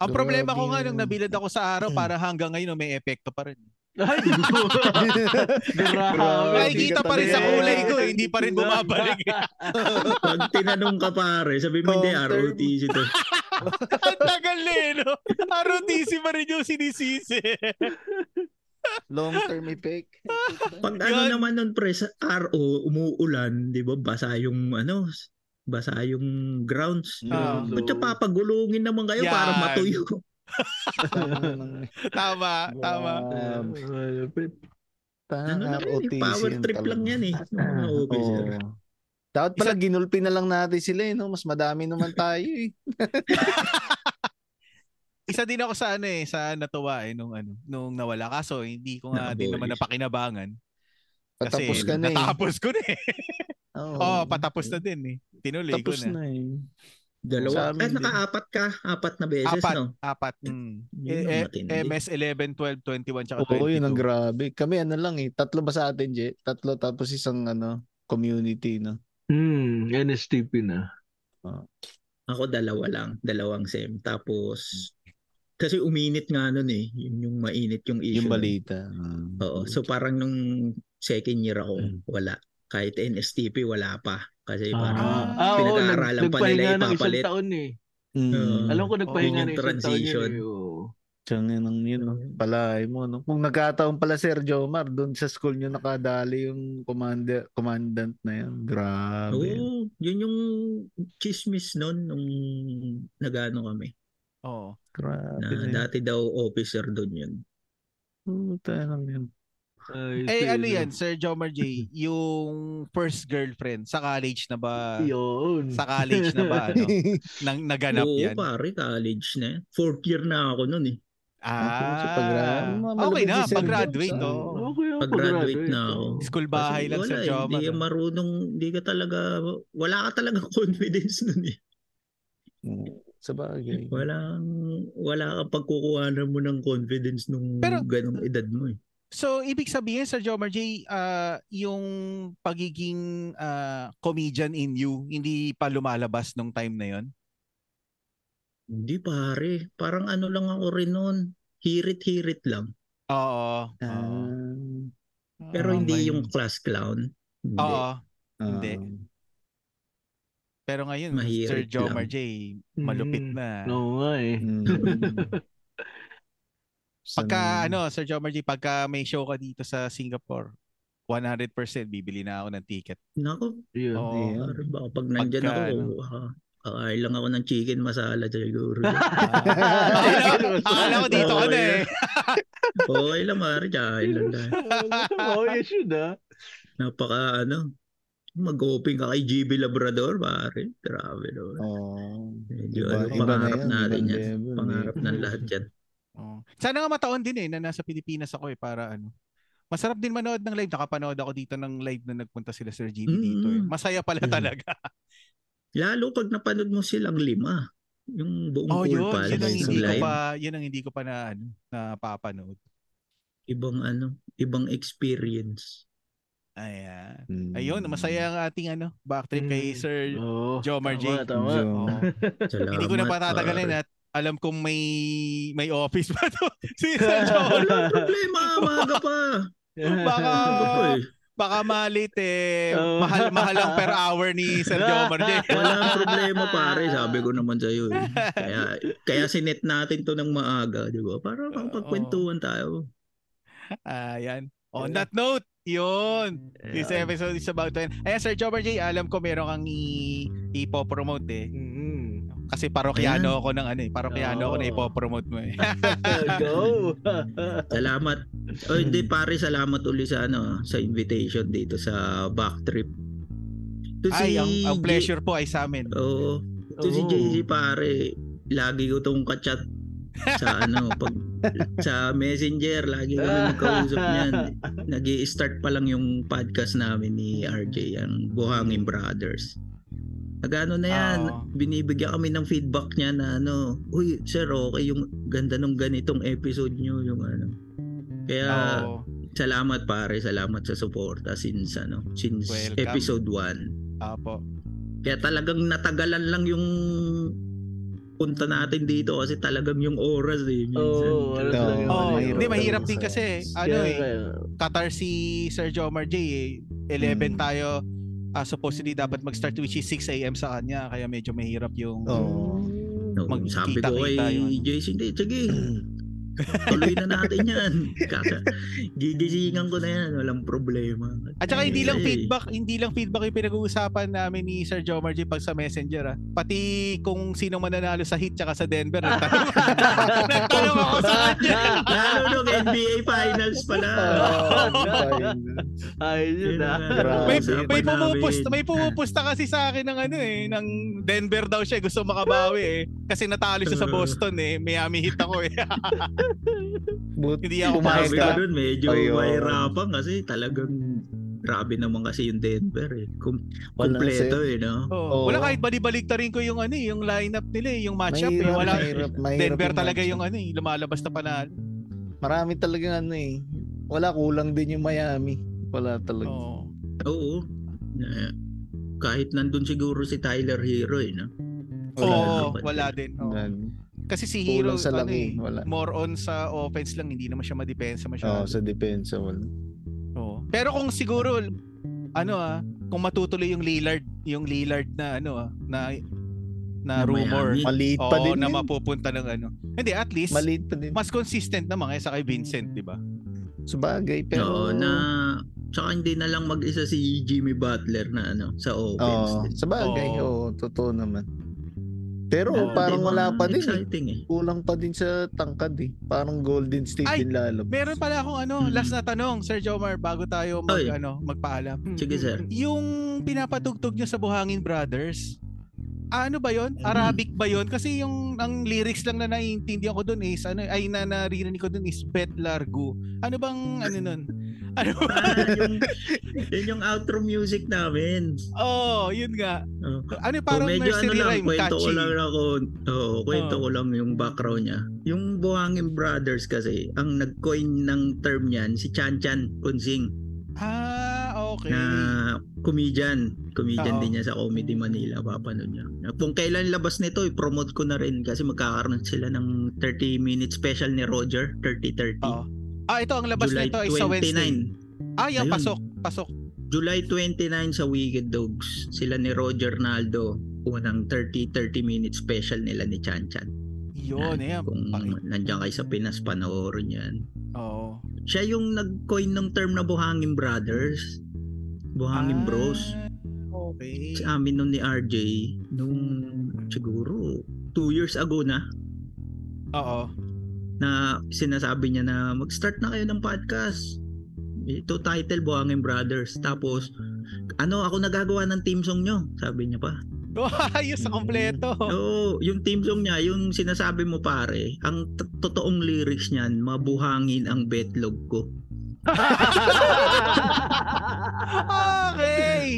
A: Ang problema ko nga
C: Grabe
A: nung
C: yun.
A: nabilad ako sa araw, para hanggang ngayon may epekto pa rin.
B: Ay, grabe.
A: Ay,
C: Hindi
A: kita
C: ka
A: pa rin sa
C: talaga-
A: kulay ko, eh, hindi pa rin bumabalik.
D: Pag tinanong ka pare, sabi mo hindi,
C: Long term.
D: ROTC to.
A: Ang tagal eh, no? ROTC pa rin yung sinisisi.
C: Long term effect.
D: Pag ano
A: Yun.
D: naman nun pre, sa RO, umuulan, di ba, basa yung ano, basa yung grounds.
A: Ah.
D: Ba't siya papagulungin naman kayo
A: Yan.
D: para matuyo?
A: tama, tama.
C: Um, Ah,
D: Ano na yun, eh,
C: ROTC.
D: power
C: yun
D: trip lang
C: talaga.
D: yan eh. Yung mga officer.
C: Oo. Dapat pala ginulpi na lang natin sila eh, no? Mas madami naman tayo eh.
A: Isa din ako sa ano eh, sa natuwa eh, nung, ano, nung nawala. Kaso hindi ko nga din
D: Nakaboli.
A: naman napakinabangan. Kasi
C: Patapos ka na eh.
A: natapos ko na eh.
C: Oo.
A: Oo, patapos na din eh. Tinuloy
C: Tapos
A: ko na.
C: na eh. Sa
D: Dalawa.
C: amin
D: Ay,
C: din.
D: naka-apat ka. Apat na beses,
A: Apat.
D: no?
A: Apat. Mm.
D: Yun ang
A: Eh, eh,
D: matindi.
A: MS 11, 12, 21, tsaka
C: Oo,
A: 22.
C: yun ang grabe. Kami ano lang eh, tatlo ba sa atin, Je? Tatlo tapos isang ano, community, no?
B: Hmm, NSTP na.
D: Ako dalawa lang, dalawang sem.
C: Hmm.
D: Tapos, kasi uminit nga nun eh. Yun yung mainit yung issue.
C: Yung
D: nun.
C: balita. Mm.
D: Oo. So parang nung second year ako,
C: Hmm.
D: wala. Kahit NSTP, wala pa. Kasi
A: Ah,
D: parang,
B: ah, oo, nag,
D: pinag-aaralan pa nila
B: nagpahinga ng isang
D: ipapalit.
B: taon eh.
C: Mm.
D: Oo.
B: Alam ko nagpahinga
D: Yun
B: ng isang
D: yung
B: taon yun
D: transition.
B: eh. oo.
C: Tiyang yun ang yun, no? Palay mo, no? Kung nagkataon pala, Sir Jomar, doon sa school nyo nakadali yung commander, commandant na yan. Grabe.
D: oo, yun yung chismis nun nung nagano kami.
A: Oo.
C: Grabe.
D: Na
C: Na, yun.
D: dati daw officer dun yun.
C: Puta lang yun.
B: Ay,
A: Eh,
B: sino?
A: ano yan, Sir Jomar J, yung first girlfriend, sa college na ba?
B: Yun.
A: Sa college na ba, ano? Nang, naganap
D: oo,
A: yan?
D: pare, college na. yan. Fourth year na ako nun eh.
C: puso,
A: Ah,
C: pag-gra- mga
A: okay
C: malapit
A: na,
C: si Sir
A: pag-graduate,
C: Jones, ah.
A: oo.
B: Okay, ako
D: Pag-graduate
B: graduate eh.
D: na ako.
A: School bahay
D: Kasi
A: lang, Sir
D: wala eh,
A: Jomar.
D: Hindi ka
A: no?
D: marunong, hindi ka talaga, wala ka talaga confidence nun eh.
C: Sa bagay.
A: Mm.
D: Walang, wala kang pagkukuhanan mo ng confidence nung
A: Pero-
D: ganong edad mo eh.
A: So, ibig sabihin, Sir Jomar J, ah, yung pagiging ah, comedian in you, hindi pa lumalabas nung time na yon?
D: Hindi pare, parang ano lang ako rin nun, hirit-hirit lang.
A: Oo. oo.
C: Ah. Ah,
D: Pero
C: may-
D: hindi yung class clown. Hindi.
A: Oo. Hindi.
C: Ah.
A: Pero ngayon,
D: Mahirit
A: Sir Jomar
D: lang.
A: J, Hmm. malupit
B: Mm.
A: na.
B: Oo nga
A: Ah,
B: eh.
C: Mm.
A: hmm. Pagka ano, Sir Jomar G, pagka may show ka dito sa Singapore, 100% bibili na ako ng ticket.
D: Nako,
B: Yun.
A: Oo.
C: Ayan.
D: pare, baka pag nandyan
A: Pagka,
D: ako,
A: ano.
D: ah, kakain lang ako ng chicken masala siguro.
A: Akala- Akala ko dito ka na eh.
D: okay lang pare, kakain lang tayo.
B: Oo, you should ah.
D: Napaka ano, mag-open ka kay GB Labrador, pare. Grabe no.
C: Oh.
D: Medyo
C: Iba,
D: ano,
C: iba na
D: pangarap
C: yan.
D: natin
C: ibang
D: yan.
C: level, eh.
D: Pangarap ng lahat yan.
A: Oo. Sana nga mataon din eh na nasa Pilipinas ako eh para ano. Masarap din manood ng live. Nakapanood ako dito ng live na nagpunta sila Sir GB dito eh.
D: Mm.
A: Masaya pala
D: Mm.
A: talaga.
D: Lalo pag napanood mo silang lima. Yung buong
A: Oh, yun.
D: Urpal,
A: Yun ang
C: Live.
A: hindi ko
D: live.
A: pa, yun ang hindi ko pa na, ano, napapanood.
D: Ibang ano, ibang experience.
A: Ayan.
C: Hmm.
A: Ayun,
C: Mm.
A: masaya ang ating ano, backtrip kay
B: Mm.
A: Sir
B: Oo.
A: Jomar J.
B: Tama, tama.
C: Jo.
A: Oo.
D: Salamat.
A: Hindi ko na patatagalin ah. at alam kong may may office pa to. Si Sir Jomar.
D: Wala problema, maaga pa.
A: Baka,
D: Maaga pa eh.
A: baka malit eh.
B: Oh.
A: Mahal, mahal ang per hour ni Sir Jomar J.
D: Walang problema pare, sabi ko naman sa iyo. Kaya kaya sinet natin 'to ng maaga, 'di ba? Para makapagkwentuhan tayo.
A: Ayan. On that note, yun. This
D: Ayan.
A: episode is about to end. Ayan, Sir Jomar J, alam ko meron kang i- ipopromote eh.
B: Mm-mm.
A: Kasi parokyano ako ng ano eh. Parokyano ako na
B: Oo.
A: ipopromote mo eh.
B: Go!
D: Salamat. O Oh, hindi
A: Hmm.
D: pare, salamat uli sa ano, sa invitation dito sa back trip. To
A: Ay, ang, ang
D: J-
A: pleasure po ay sa amin.
D: Oo. To si
B: Oo.
D: JC pare, lagi ko tong kachat sa ano, pag sa Messenger, lagi kami nagkausap niyan. nag start pa lang yung podcast namin ni RJ, ang Buhangin Brothers. Nagano na yan,
A: Oo.
D: binibigyan kami ng feedback niya na ano, uy, sir, okay yung ganda nung ganitong episode niyo yung ano. Kaya
A: Oo.
D: salamat pare, salamat sa suporta since ano, since
A: Welcome.
D: episode 1.
A: Apo.
D: Kaya talagang natagalan lang yung punta natin dito kasi talagang yung oras eh. Minsan.
B: Oo,
C: Oo.
B: wala talaga.
A: Oh,
C: mahirap
A: hindi
C: talaga
A: mahirap
C: sa-
A: din kasi ano
B: Kaya-
A: eh,
B: kaya-
A: Qatar si Sir Jomar J eh, 11
C: Mm.
A: tayo ah, supposedly dapat mag-start which is 6 a.m. sa kanya kaya medyo mahirap
C: oh.
A: yung
C: Oo.
D: No, sabi
A: magkita-kita
D: ko kay
A: yun.
D: Jason, hindi, sige,
C: Hmm.
D: tuloy na natin yan. Kaka, gigisingan ko na yan, walang problema.
A: At saka hindi lang
D: Eh,
A: feedback, hindi lang feedback yung pinag-uusapan namin ni Sir Jomar J pag sa Messenger ah. Pati kung sino mananalo sa hit tsaka sa Denver. Nagtanong, nagtanong Ano ako sa kanya.
D: Lalo nung NBA Finals pala.
A: Ah.
B: Ayun yun
D: Yun
B: ah.
D: ang ano,
C: Grabe.
A: May,
D: usapan
A: may pumupusta,
D: namin.
A: may pumupusta kasi sa akin ng ano eh, ng Denver daw siya, eh. gusto makabawi eh. Kasi natalo siya sa Boston eh, Miami hit ako eh.
C: But,
A: Hindi ako
C: Pumayag
D: Sabi
A: makaka-
D: ko
C: ka.
D: dun, medyo
C: Ayun.
D: mahirapan kasi talagang grabe naman kasi yung Denver eh. Kum-
C: Wala
D: kumpleto eh, no?
A: Oh,
C: Oo.
A: Wala kahit balibalik na rin ko yung ano, eh, yung lineup nila, eh, yung matchup eh.
C: mahirap,
A: Wala
C: mahirap, mahirap
A: Denver
C: yung
A: talaga
C: matchup.
A: yung ano, eh, lumalabas na panalo.
C: Marami talagang ano eh. Wala kulang din yung Miami. Wala talaga.
A: Oo.
D: Oo. Na- kahit nandun siguro si Tyler Hero eh, no?
A: Oo,
C: Wala
D: dapat
A: wala
D: eh.
A: din. oo.
C: Yan.
A: Kasi si Hero,
C: Kulang sa
A: ano, eh,
C: laki. Wala.
A: more on sa offense lang, hindi naman siya madepensa
C: Oo,
A: masyado.
C: sa depensa wala.
A: Oo. Pero kung siguro ano ah, kung matutuloy yung Lillard, yung Lillard na ano ah, na na
D: Na
A: rumor.
D: Miami.
C: Maliit
A: Oo,
C: pa din.
A: na
C: yun.
A: mapupunta ng ano. Hindi, at least
C: Maliit pa din.
A: mas consistent naman kaysa kay Vincent, di ba?
C: Sabagay,
D: Oo,
C: pero...
D: na tsaka hindi na lang mag-isa si Jimmy Butler na ano sa offense.
C: Oo,
D: din.
C: sabagay.
A: Oo.
C: Oo, totoo naman. Pero
D: Meron
C: parang
D: din
C: wala
D: mga
C: pa din. eh.
D: Exciting eh.
C: Kulang pa din sa tangkad eh. Parang Golden State
A: Ay,
C: din lalo.
A: Meron pala akong ano,
D: Mm.
A: last na tanong, Sir Jomar, bago tayo mag
D: Oy.
A: ano, magpaalam.
D: Sige, sir.
A: Yung pinapatugtog nyo sa Buhangin Brothers, ano ba yon?
D: Hmm.
A: Arabic ba yon? Kasi yung ang lyrics lang na naiintindihan ko doon is ano ay na naririnig ko doon is Bet Largo. Ano bang ano nun? Ano ba?
D: Ah, yung, yun yung outro music namin.
A: Oh, yun nga.
D: Oh.
A: Ano yung parang
D: Parang medyo ano
A: nursery
D: lang,
A: rhyme
D: kwento ko
A: catchy.
D: lang ako. Oo, kwento ko lang yung background niya. Yung Buhangin Brothers kasi, ang nag-coin ng term niyan, si Chan Chan Kunsing.
A: Ah, okay.
D: na comedian. Comedian
A: Oo.
D: din niya sa Comedy Manila. Papanood niya. Kung kailan labas nito, i-promote ko na rin kasi magkakaroon sila ng 30-minute special ni Roger, 30-30.
A: Oo. Ah, ito ang labas
D: July
A: nito ay sa Wednesday.
D: 29.
A: Ah, yung
D: Ayun.
A: pasok, pasok.
D: July 29 sa Wicked Dogs. Sila ni Roger Naldo. Unang 30-30 minute special nila ni Chan Chan.
A: Yun, ayan.
D: Kung
A: Paki-
D: nandiyan kayo sa Pinas, panoorin yan.
A: Oo.
D: Siya yung nag-coin ng term na Buhangin Brothers. Buhangin
A: Ah,
D: Bros.
A: Okay.
D: sa amin nun ni RJ nung siguro two years ago na
A: Oo.
D: na sinasabi niya na mag-start na kayo ng podcast. Ito title Buhangin Brothers. Tapos ano ako nagagawa ng team song nyo sabi niya pa
A: Ayos sa kompleto.
D: oo yung team song niya yung sinasabi mo pare ang t- totoong lyrics niyan mabuhangin ang betlog ko
A: Okay!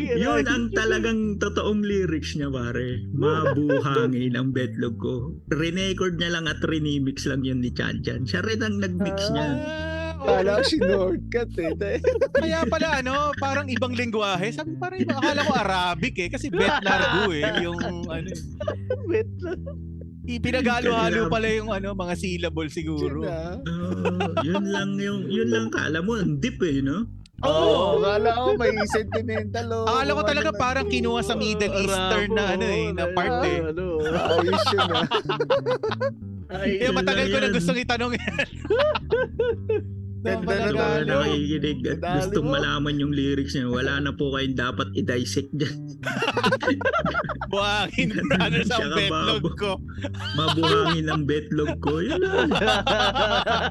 D: Yun ang talagang totoong lyrics niya, pare. Mabuhangin ang betlog ko. Renecord niya lang at remix lang yun ni Chan Chan. Siya rin ang nagmix niya.
A: Ah, okay.
C: Kala ko sinortcut eh.
A: Kaya pala ano, parang ibang lengguwahe. Sabi parang iba. Akala ko Arabic eh. Kasi Bet Largo eh. Yung ano eh.
B: Wait lang.
A: Ipinagalo-halo pala yung ano, mga syllable siguro.
C: ah.
D: Oo, Ah, yun lang yung yun lang kala mo, ang deep eh, no?
C: Oo, oh, kala ko may sentimental. Oh,
A: Akala ko talaga parang kinuha sa Middle Eastern na ano eh, na part eh.
B: Ano,
C: Ayos yun ah.
D: Ay,
A: Kaya matagal ko na
D: yan.
A: gustong itanong yan.
C: Ganda na
D: Yung mga
C: Tagalog.
D: nakikinig at
C: Tagalog.
D: gustong malaman yung lyrics niya, wala na po kayong dapat i-dissect dyan.
A: Buhangin brothers ang
D: Tsaka
A: betlog
D: babo.
A: ko.
D: Mabuhangin ang betlog ko. Yun lang.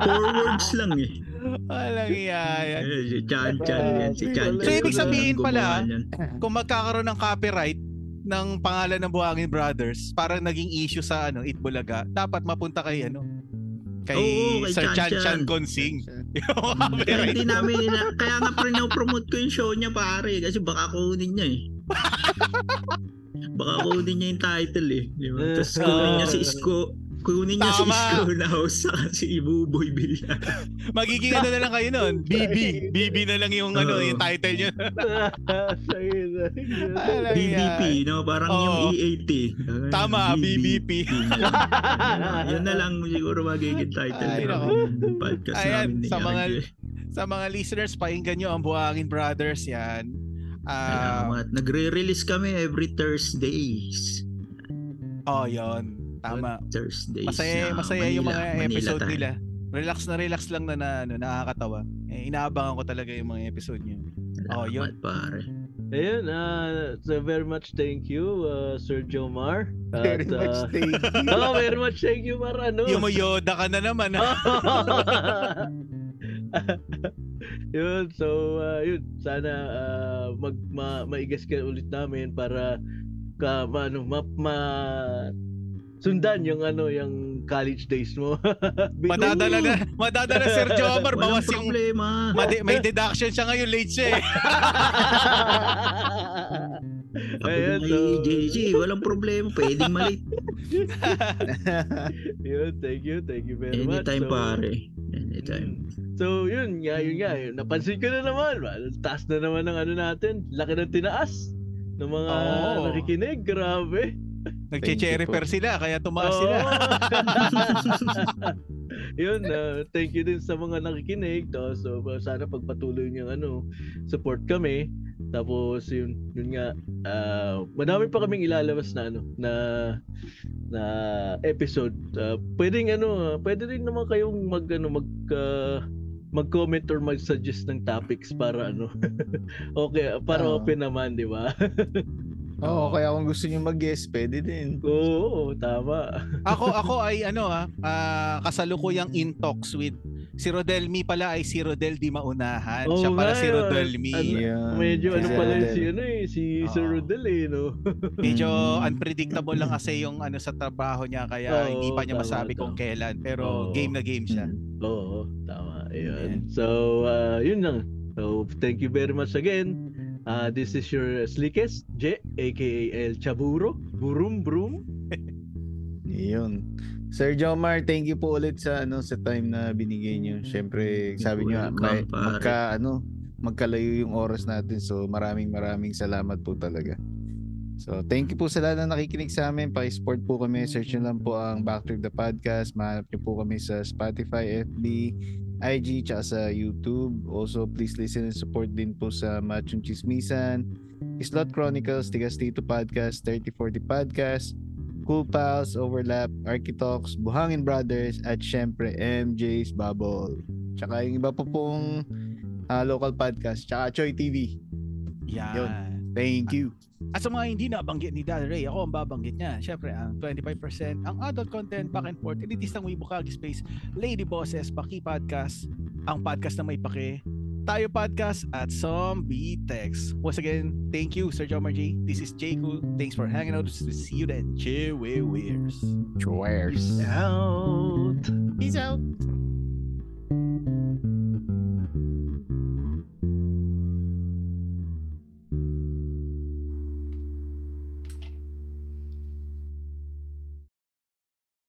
D: Four words lang eh.
A: Walang iyayan.
D: Eh, Si Chan Chan yan. Si Chan Chan.
A: So, ibig sabihin pala,
D: Gumawa niyan.
A: Kung magkakaroon ng copyright ng pangalan ng Buhangin Brothers, parang naging issue sa ano, Itbulaga, dapat mapunta kay ano, kay,
D: Oo, kay
A: Sir
D: Chan Mm.
A: Chan Chan
D: Chan.
A: Consing. Yung
D: Kaya
A: copyright.
D: hindi namin ina- kaya nga promote ko yung show niya pare kasi baka kunin niya eh. baka kunin niya yung title eh. Di ba? Tapos kunin niya si Isko. Kunin niya si
A: Tama.
D: Isko na host saka si Ibuboy Villa.
A: Magiging ano na lang kayo nun? BB. BB na lang yung ano, yung title nyo.
B: Sakit, sakit.
A: Walang iyayan.
D: BBP, no? Parang yung E
A: Oo.
D: EAT. Ganun,
A: Tama, BBP.
D: Ah, yun na lang siguro magiging title
A: Ay,
D: ng
A: nako.
D: podcast
A: Ayan,
D: namin ni
A: sa mga-
D: Yagi.
A: Sa mga listeners, painggan nyo ang Buhangin Brothers yan. Ah,
D: Salamat. Nagre-release kami every Thursdays.
A: oh, yun. Tama.
D: Thursdays.
A: Masaya,
D: na
A: masaya yung
D: Manila-
A: mga
D: Manila
A: episode
D: time.
A: nila. Relax na relax lang na, na ano, nakakatawa. Eh, inaabangan ko talaga yung mga episode nyo. Oh, yun.
D: Salamat, pare.
B: Ayun, ah, so very much thank you, ah, Sir Jomar. At,
C: Very much
B: ah,
C: thank you.
B: oh, very much thank you, Mar. Ano?
A: Yung may Yoda ka na naman. Ha?
B: yun, so uh, yun, sana uh, mag ma, maigas ka ulit namin para ka ma, ano, ma, ma- sundan yung ano yung college days mo. Binu-
A: Madadala na, madadala Sir Jomar.
D: Walang
A: Bawas yung,
D: problema.
A: madi- may deduction siya ngayon, late siya eh.
B: Ayan,
D: Ayun,
B: so,
D: JJ, walang problema. Pwedeng malit.
B: yun, thank you, thank you very much.
D: Anytime,
B: So,
D: pare. Anytime.
B: So, yun nga, yun nga. Yun. Napansin ko na naman. Well, taas na naman ng ano natin. Laki ng tinaas ng mga
A: Oo.
B: nakikinig. Grabe.
A: Nagche-cherry
C: po.
A: pair sila, kaya tumaas
B: Oo.
A: sila.
D: Oh.
B: Oh. yun, uh, thank you din sa mga nakikinig. No? So, uh, sana pagpatuloy niyo yung ano, support kami. Tapos, yun, yun nga, uh, madami pa kaming ilalabas na ano, na na episode. Uh, pwedeng ano, ah, pwede rin naman kayong mag ano, mag ah, mag-comment or mag-suggest ng topics para ano. okay, para
C: Oo.
B: open naman, di ba?
C: Oo, kaya kung gusto niyo mag-guess, pwede din.
B: Oo, tama.
A: ako ako ay ano ha, ah, kasalukuyang in talks with si Rodelmi pala ay si Rodel di maunahan.
B: Oo
A: Siya pala
B: nga,
A: si
B: yun.
A: Rodelmi.
B: Ano,
C: Yan.
B: Medyo ano
C: Si
B: pala yun
C: Rodel.
B: si ano eh, si Sir
A: Oo.
B: Rodel eh, no?
A: Medyo
C: Mm.
A: unpredictable lang kasi yung ano sa trabaho niya kaya
B: Oo,
A: hindi pa niya
B: tama,
A: masabi
B: tama.
A: kung kailan. Pero
B: Oo. Mm.
A: game na game ano siya.
B: Oo, tama. Ayun. So, uh, yun lang. So, thank you very much again. Uh, this is your slickest, J, aka El Chaburo. Burum, brum.
C: Yun. Sir Jomar, thank you po ulit sa ano sa time na binigay niyo. Siyempre, sabi niyo
D: Welcome,
C: may,
D: pare.
C: magka ano, magkalayo yung oras natin. So, maraming maraming salamat po talaga. So, thank you po sa lahat na nakikinig sa amin. Paki-support po kami. Search nyo lang po ang Back to the Podcast. Mahanap nyo po kami sa Spotify, FB, IG, tsaka sa YouTube. Also, please listen and support din po sa Machong Chismisan, Slot Chronicles, Tigas Tito Podcast, 3040 Podcast, Cool Pals, Overlap, Architox, Buhangin Brothers, at syempre MJ's Bubble. Tsaka yung iba pa pong ah, local podcast, tsaka Choi TV.
A: Yan.
C: Yun. Thank you.
A: At sa mga hindi nabanggit ni Dad Ray, ako ang babanggit niya. Siyempre, ang 25%, ang adult content, back and forth, elitistang Weibo Kagi Space, Lady Bosses, Paki Podcast, ang podcast na may pake, Tayo Podcast, at Zombie Text. Once again, thank you, Sir Jomar G. This is Jay Cool. Thanks for hanging out. See you then. Cheers.
C: Cheers.
B: Out.
C: Peace out.